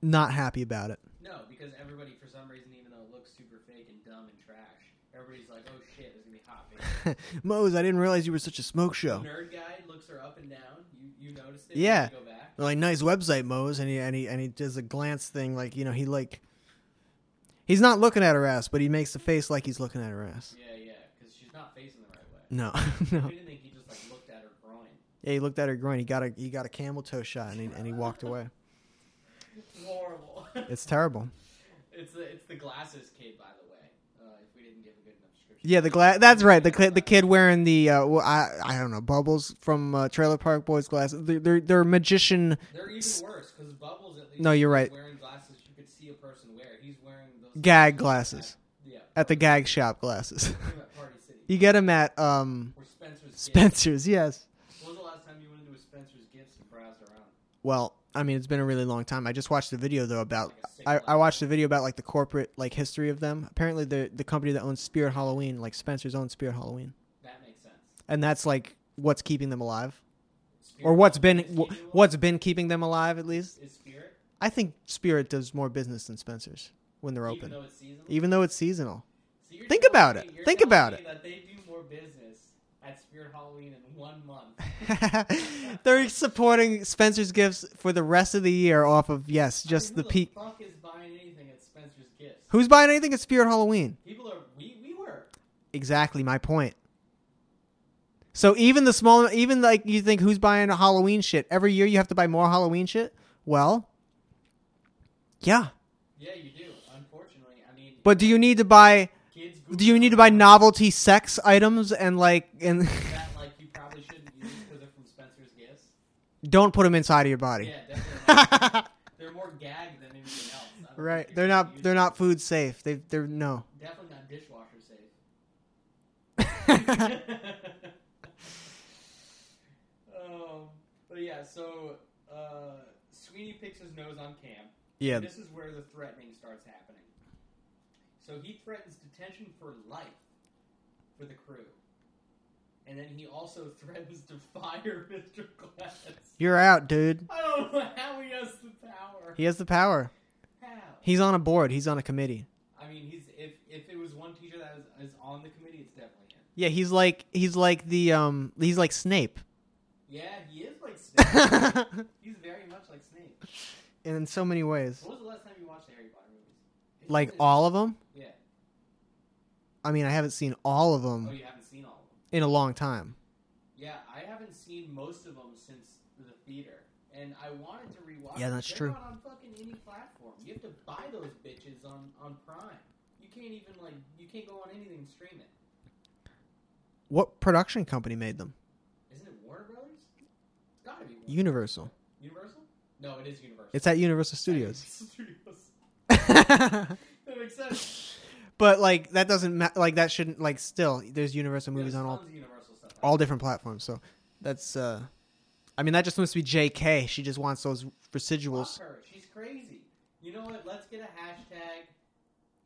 A: not happy about it.
B: no, because everybody, for some reason, even though it looks super fake and dumb and trash, everybody's like, "Oh shit, there's gonna be hot." Fake.
A: Moses, I didn't realize you were such a smoke show.
B: Nerd guy looks her up and down. You you noticed it?
A: Yeah.
B: You go back.
A: Like nice website, Mose, and he and he and he does a glance thing like, you know, he like He's not looking at her ass, but he makes the face like he's looking at her ass.
B: Yeah, yeah, because she's not facing the right way.
A: No, no.
B: If anything, he just like looked at her groin.
A: Yeah, he looked at her groin. He got a he got a camel toe shot, and he, and he walked away.
B: Horrible.
A: It's terrible.
B: It's the it's the glasses kid, by the way. Uh, if we didn't give a good enough description.
A: Yeah, the gla- That's right. The ki- the kid wearing the uh, well, I I don't know bubbles from uh, Trailer Park Boys glasses. They're they're, they're magician.
B: They're even worse because bubbles at least.
A: No, you're
B: was
A: right.
B: Wearing glasses, you could see a person wear. He's wearing those
A: Gag glasses.
B: At, yeah,
A: At the gag shop glasses,
B: we were at Party City.
A: you get them at um
B: Where Spencer's Gifts.
A: Spencer's. Yes.
B: When was the last time you went into a Spencer's Gifts and browsed around?
A: Well, I mean, it's been a really long time. I just watched the video though about.
B: Like a sick
A: Oh, I, I
B: laugh.
A: watched the video about like the corporate like history of them. Apparently, the the company that owns Spirit Halloween, like Spencer's owns Spirit Halloween,
B: That makes sense.
A: and that's like what's keeping them alive.
B: Spirit
A: or what's been
B: Halloween is
A: wh-
B: keeping you
A: what's been keeping them alive at least.
B: alive? is Spirit,
A: I think Spirit does more business than Spencer's when they're
B: even
A: open,
B: though it's seasonal.
A: even though it's seasonal.
B: So you're
A: Think
B: telling
A: about
B: me-
A: it.
B: you're
A: Think
B: telling
A: about
B: me
A: it.
B: That they do more business at Spirit Halloween in one month.
A: they're supporting Spencer's gifts for the rest of the year off of yes,
B: I
A: just
B: mean,
A: the
B: who
A: peak.
B: Fuck is buying anything at Spencer's Gifts?
A: Who's buying anything at Spirit Halloween?
B: People are we we were.
A: Exactly my point. So even the small, even like you think who's buying Halloween shit every year, you have to buy more Halloween shit. Well, yeah,
B: Yeah, you do. Unfortunately, I mean,
A: but do you need to buy?
B: kids.
A: Do you need to buy novelty sex items and like and
B: that like you probably shouldn't use because they're from Spencer's Gifts?
A: don't put them inside of your body?
B: Yeah, definitely. not. they're more gag than anything else. I don't
A: right?
B: think
A: They're
B: you're
A: not.
B: using-
A: They're not food safe. They. They're no.
B: Definitely not dishwasher safe. um, but yeah, so uh, Sweeney picks his nose on Cam.
A: yeah.
B: This is where the threatening starts happening. So he threatens detention for life for the crew. And then he also threatens to fire Mr. Glass.
A: You're out, dude.
B: I don't know how he has the power.
A: He has the power.
B: How?
A: He's on a board. He's on a committee.
B: I mean, he's if if it was one teacher that is, is on the committee, it's definitely him.
A: Yeah. He's like. He's like the. Um. He's like Snape.
B: Yeah, he is like Snape. he's very much like Snape.
A: in so many ways.
B: When was the last time you watched the Harry Potter movies? It's
A: Like
B: been-
A: all of them.
B: Yeah.
A: I mean, I haven't seen all of
B: Oh,
A: them
B: you haven't seen all of them.
A: in a long time.
B: Yeah, I haven't seen most of them since the theater, and I wanted to rewatch.
A: Yeah,
B: them.
A: that's
B: They're
A: true.
B: Not on fucking any platform. You have to buy those bitches on on Prime. You can't even like you can't go on anything and stream it.
A: What production company made them?
B: Isn't it Warner Brothers? It's gotta be Warner.
A: Universal.
B: Universal. No, it is Universal.
A: It's at Universal
B: It's at
A: Studios.
B: Universal Studios. That makes sense.
A: but like that doesn't ma- like that shouldn't like still there's Universal movies
B: There's
A: on all
B: tons of Universal stuff.
A: all different platforms. So that's uh I mean that just must be JK. She just wants those residuals.
B: Fuck her. She's crazy. You know what? Let's get a hashtag.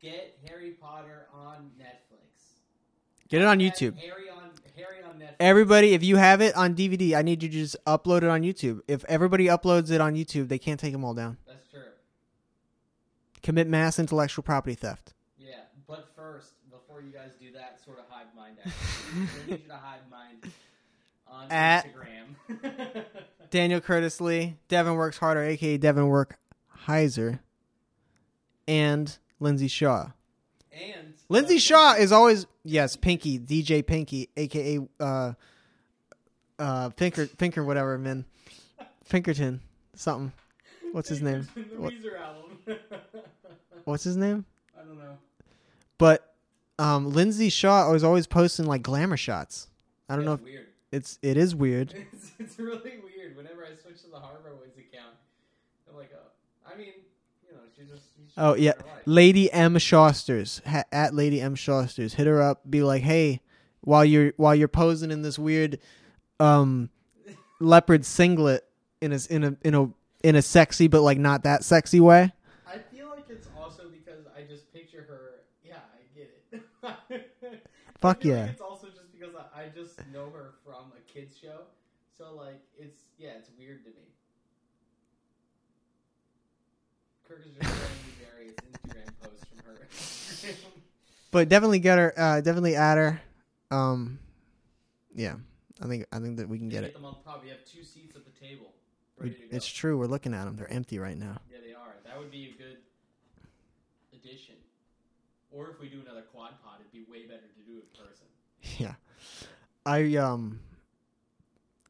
B: Get Harry Potter on Netflix.
A: Get it on
B: Hashtag
A: YouTube.
B: Harry on Harry on Netflix.
A: Everybody, if you have it on DVD, I need you to just upload it on YouTube. If everybody uploads it on YouTube, they can't take them all down.
B: That's true.
A: Commit mass intellectual property theft.
B: Yeah, but first, before you guys do that, sort of hive mind. action. I need you to hive mind on
A: At-
B: Instagram.
A: Daniel Curtis Lee, Devin Works Harder, aka Devin Work Heiser, and Lindsay Shaw.
B: And
A: Lindsay
B: uh,
A: Shaw is always yes, Pinky, DJ Pinky, aka uh uh Pinker Pinker whatever, man. Pinkerton. Something. What's his name?
B: The
A: What-
B: Weezer album. I
A: What's his name?
B: don't know.
A: But um Lindsay Shaw was always posting like glamour shots. I don't know if
B: It's weird.
A: it's it is weird.
B: It's, it's really weird. Whenever I switch to the Harbor Woods account, I'm like, oh, I mean, you know, she's just. She's just
A: Oh yeah.
B: living her life.
A: Lady M Shosters ha- at Lady M Shosters. Hit her up. Be like, hey, while you're while you're posing in this weird um leopard singlet in a in a in a in a sexy but like not that sexy way.
B: I feel like it's also because I just picture her. Yeah, I get it. I
A: Fuck
B: feel like
A: yeah.
B: it's also just because I, I just know her from a kids show, so like it's yeah, it's weird to me. Kirk is just showing me various Instagram posts from her.
A: But definitely get her uh definitely add her. Um yeah. I think I think that we can get
B: Get
A: it.
B: them on top. We have two seats at the table.
A: We-
B: Ready to go.
A: It's true. We're looking at them. They're empty right now.
B: Yeah, they are. That would be a good addition. Or if we do another quad pod, it'd be way better to do in person.
A: Yeah. I um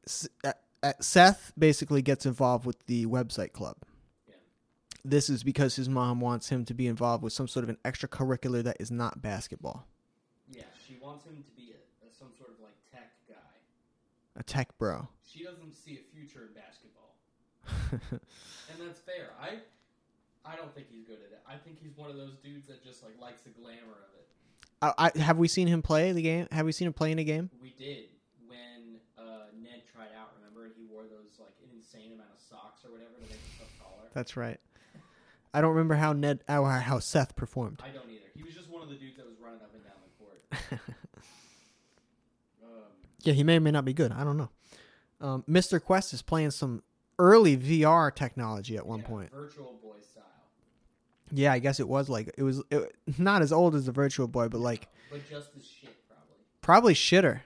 A: S- uh, uh, Seth basically gets involved with the website club.
B: Yeah.
A: This is because his mom wants him to be involved with some sort of an extracurricular that is not basketball,
B: Yeah, she wants him to be a, a, some sort of like tech guy.
A: a tech bro.
B: She doesn't see a future in basketball, and that's fair. I, I don't think he's good at it. I think he's one of those dudes that just like likes the glamour of it.
A: I, I, have we seen him play the game? Have we seen him play in a game?
B: We did when uh, Ned tried out. Remember, and he wore those like an insane amount of socks or whatever to make himself taller.
A: That's right. I don't remember how Ned how, how Seth performed.
B: I don't either. He was just one of the dudes that was running up and down the court. Um,
A: yeah, he may or may not be good. I don't know. Um, Mr. Quest is playing some early VR technology at one
B: yeah,
A: point.
B: virtual boy style.
A: Yeah, I guess it was like it was it, not as old as the Virtual Boy, but like
B: but just as shit
A: probably
B: probably.
A: shitter.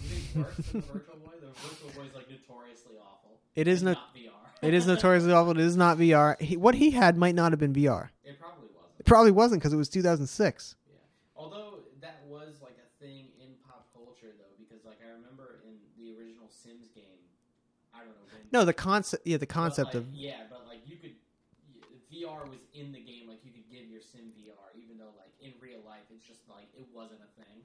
B: You think worse than the virtual boy? The virtual boy is like notoriously awful.
A: It is
B: And
A: no,
B: not VR.
A: it is notoriously awful. It is not VR. He, what he had might not have been VR.
B: It probably wasn't.
A: It probably wasn't because it was 2006.
B: Although that was like a thing in pop culture though, because like I remember in the original Sims game, I don't know when.
A: No, the concept. Yeah, the
B: but,
A: concept
B: like,
A: of
B: yeah, but like you could. VR was in the game, like you could give your sim VR, even though like in real life it's just like it wasn't a thing.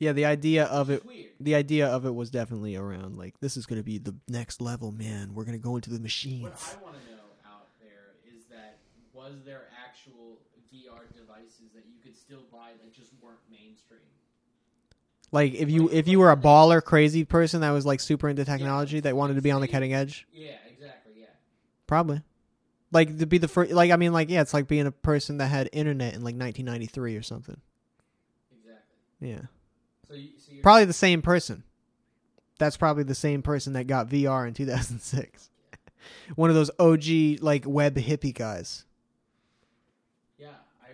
A: yeah, the idea of
B: Which
A: it.
B: is weird.
A: The idea of it was definitely around. Like this is going to be the next level, man. We're going to go into the
B: What
A: machines.
B: I want to know out there is that was there actual VR devices that you could still buy that just weren't mainstream?
A: Like if you if you were a baller, crazy person that was like super into technology that wanted to be on the cutting edge.
B: Yeah, exactly. Yeah,
A: Probably. Like to be the first. Like I mean, like yeah, it's like being a person that had internet in like 1993 or something.
B: exactly.
A: Yeah,
B: So you so you're
A: probably the same person. That's probably the same person that got VR in 2006. One of those OG like web hippie guys.
B: Yeah, I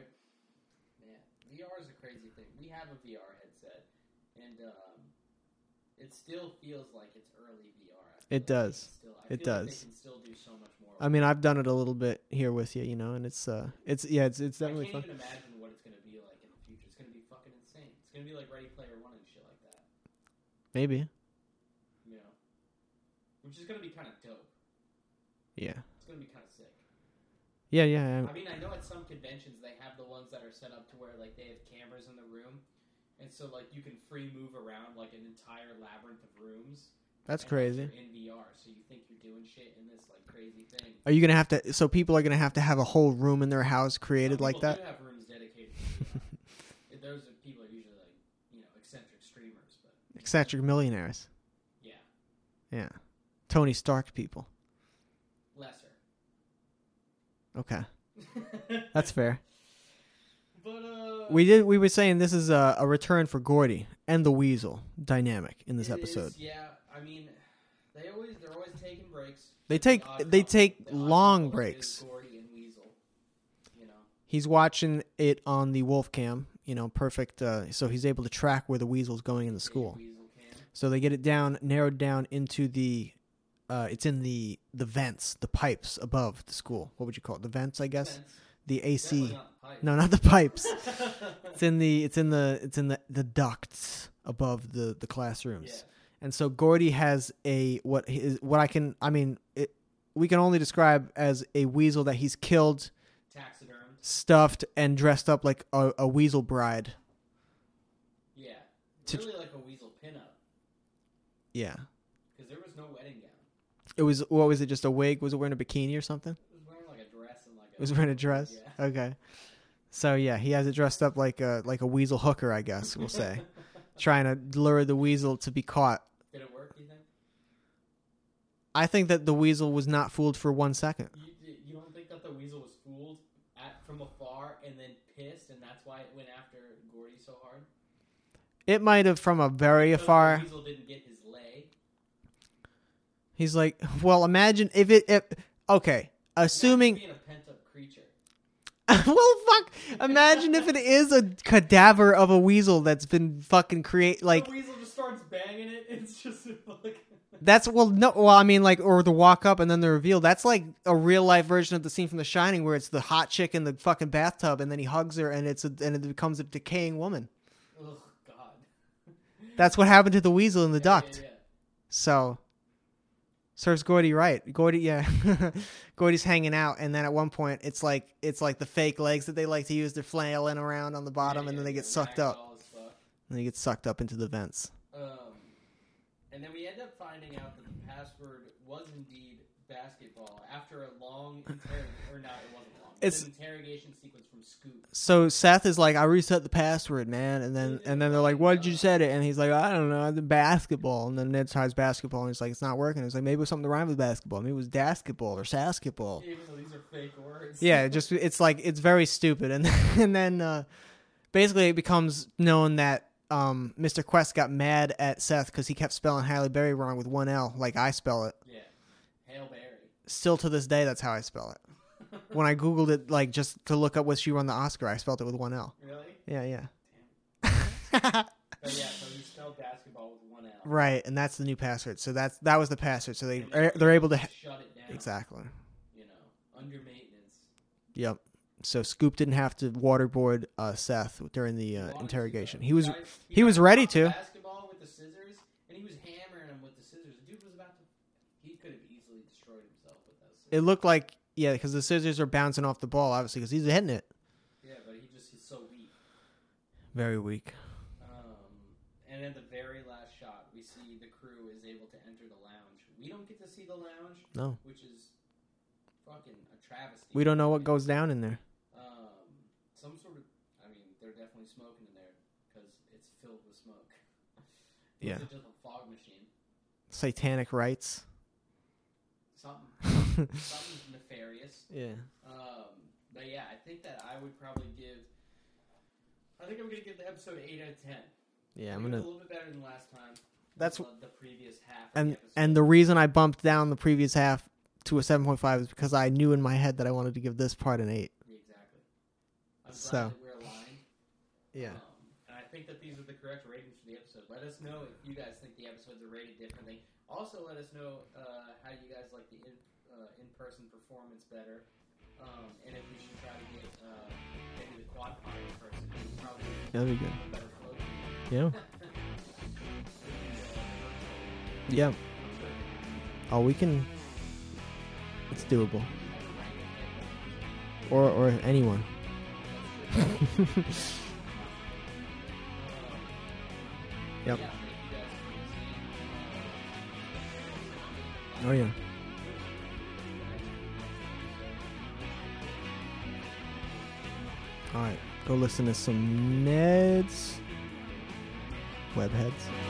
B: man, VR is a crazy thing. We have a VR headset, and um, it still feels like it's early VR. I feel
A: It
B: like
A: does.
B: it's Still, I
A: It
B: feel like
A: does.
B: they can still do so much more.
A: I mean, I've done it a little bit here with you, you know, and it's uh, it's yeah, it's it's
B: I
A: definitely
B: can't
A: fun.
B: even imagine what it's gonna be like in the future. It's gonna be fucking insane. It's gonna be like Ready Player One and shit like that.
A: Maybe.
B: you know, which is gonna be kind of dope.
A: Yeah.
B: It's gonna be kind of sick.
A: Yeah. Yeah.
B: I mean, I know at some conventions they have the ones that are set up to where like they have cameras in the room, and so like you can free move around like an entire labyrinth of rooms.
A: That's
B: and, like,
A: crazy.
B: you're in VR, so you think you're doing shit in this like crazy thing.
A: Are you gonna have to? So people are gonna have to have a whole room in their house
B: Some
A: created like
B: people
A: that.
B: do have rooms dedicated. To VR. If Those are people are usually like you know eccentric streamers, but
A: Eccentric millionaires.
B: yeah,
A: Yeah. Tony Stark people.
B: lesser.
A: Okay. That's fair.
B: but uh,
A: We did. We were saying this is a, a return for Gordy and the Weasel dynamic in this
B: It
A: episode.
B: is, yeah, I mean, they always they're always taking breaks.
A: They
B: It's the
A: take-
B: odd
A: they
B: couple.
A: take
B: The odd
A: long
B: couple is
A: breaks.
B: Gordy and Weasel, you know.
A: He's watching it on the Wolf Cam. You know, perfect. Uh, so he's able to track where the Weasel's going in the
B: Big
A: school.
B: Weasel can.
A: So they get it down, narrowed down into the. Uh, it's in the the vents, the pipes above the school. What would you call it? The vents, I guess.
B: Fence.
A: the AC.
B: Definitely not the pipe.
A: No, not the pipes. it's in the it's in the it's in the the ducts above the the classrooms.
B: Yeah.
A: And so Gordy has a what his, what I can I mean it, we can only describe as a weasel that he's killed,
B: Taxidermed.
A: stuffed, and dressed up like a, a weasel bride.
B: Yeah.
A: To-
B: really like a weasel pinup
A: Yeah,
B: because there was no wedding gown.
A: it was what was it? Just a wig? Was it wearing a bikini or something?
B: It was wearing like a dress and like a.
A: It was wearing a dress.
B: Yeah.
A: Okay, so yeah, he has it dressed up like a like a weasel hooker, I guess we'll say, trying to lure the weasel to be caught.
B: Did it work? You think?
A: I think that the weasel was not fooled for one second.
B: You, you don't think that the weasel was fooled at, from afar and then pissed, and that's why it went after Gordy so hard?
A: It might have from a very
B: Because
A: afar.
B: The weasel didn't get his lay.
A: He's like, well, imagine if it. If, okay,
B: Imagine
A: assuming.
B: being a pent up creature.
A: well, fuck. Imagine if it is a cadaver of a weasel that's been fucking create like.
B: the weasel just starts banging it. It's just like
A: That's well, no, well, I mean, like, or the walk up and then the reveal. That's like a real life version of the scene from The Shining, where it's the hot chick in the fucking bathtub, and then he hugs her, and it's a, and it becomes a decaying woman.
B: oh god.
A: That's what happened to the weasel in the
B: Yeah, yeah,
A: duct.
B: yeah.
A: So serves Gordy right. Gordy, yeah, Gordy's hanging out, and then at one point, it's like it's like the fake legs that they like to use. They're flailing around on the bottom,
B: Yeah,
A: and
B: yeah,
A: then they
B: yeah,
A: get sucked
B: ragdoll
A: up,
B: as fuck.
A: and they get sucked up into the vents.
B: Um, and then we end up finding out that the password was indeed basketball after a long interrog or not, it wasn't long. It
A: It's-
B: was an interrogation sequence from Scoop.
A: So Seth is like, "I reset the password, man," and then and then they're like, "Why'd you set it?" And he's like, "I don't know, the basketball." And then Ned tries basketball, and he's like, "It's not working." He's like, "Maybe it was something to rhyme with basketball. Maybe it was basketball or sasketball."
B: Even though these are fake words.
A: yeah it just it's like it's very stupid and and then uh basically it becomes known that um mr quest got mad at seth because he kept spelling halle berry wrong with one l like i spell it
B: Yeah. Hail Berry.
A: still to this day that's how i spell it when i googled it like just to look up what she won the oscar i spelled it with one l
B: Really?
A: yeah yeah
B: But yeah, so you spelled basketball with one L.
A: right and that's the new password so that's that was the password so they er, they're able to ha-
B: shut it down.
A: exactly
B: You know, under maintenance.
A: yep so scoop didn't have to waterboard uh, seth during the
B: He
A: uh,
B: wanted to,
A: interrogation
B: though.
A: he was
B: Guys,
A: he was ready
B: dropped the
A: to.
B: Basketball with the scissors, and he was hammering him with the scissors. The dude was about to. He could have easily destroyed himself with those. Scissors.
A: it looked like yeah because the scissors are bouncing off the ball obviously because he's hitting it
B: Yeah, but he just he's so weak.
A: very weak
B: Um, and at the very last shot, we see the crew is able to enter the lounge. We don't get to see the lounge,
A: no
B: which is fucking a travesty.
A: we don't know what goes down in there
B: Um, some sort of. I mean, they're definitely smoking in there because it's filled with smoke. It
A: Yeah.
B: wasn't just a fog machine.
A: satanic rites
B: Something, something nefarious.
A: yeah
B: Um, but yeah, I think that I would probably give. I think I'm gonna give the episode eight out of ten.
A: yeah i'm
B: Maybe
A: gonna
B: a little bit better than last time.
A: That's-
B: the, the previous half. of
A: and
B: the episode.
A: and the reason i bumped down the previous half to a 7.5 is because i knew in my head that i wanted to give this part an 8
B: exactly. I'm glad
A: So.
B: that we're aligned. Um, and I think that these are the correct ratings for the episode. Let us know if you guys think the episodes are rated differently. Also, let us know uh, how you guys like the in, uh, in-person performance better, um, and if we should try to get uh, maybe the quad pod in person. Probably
A: that'd be good
B: better flow.
A: yeah yeah oh we can it's doable or or anyone yep oh yeah all right go listen to some neds webheads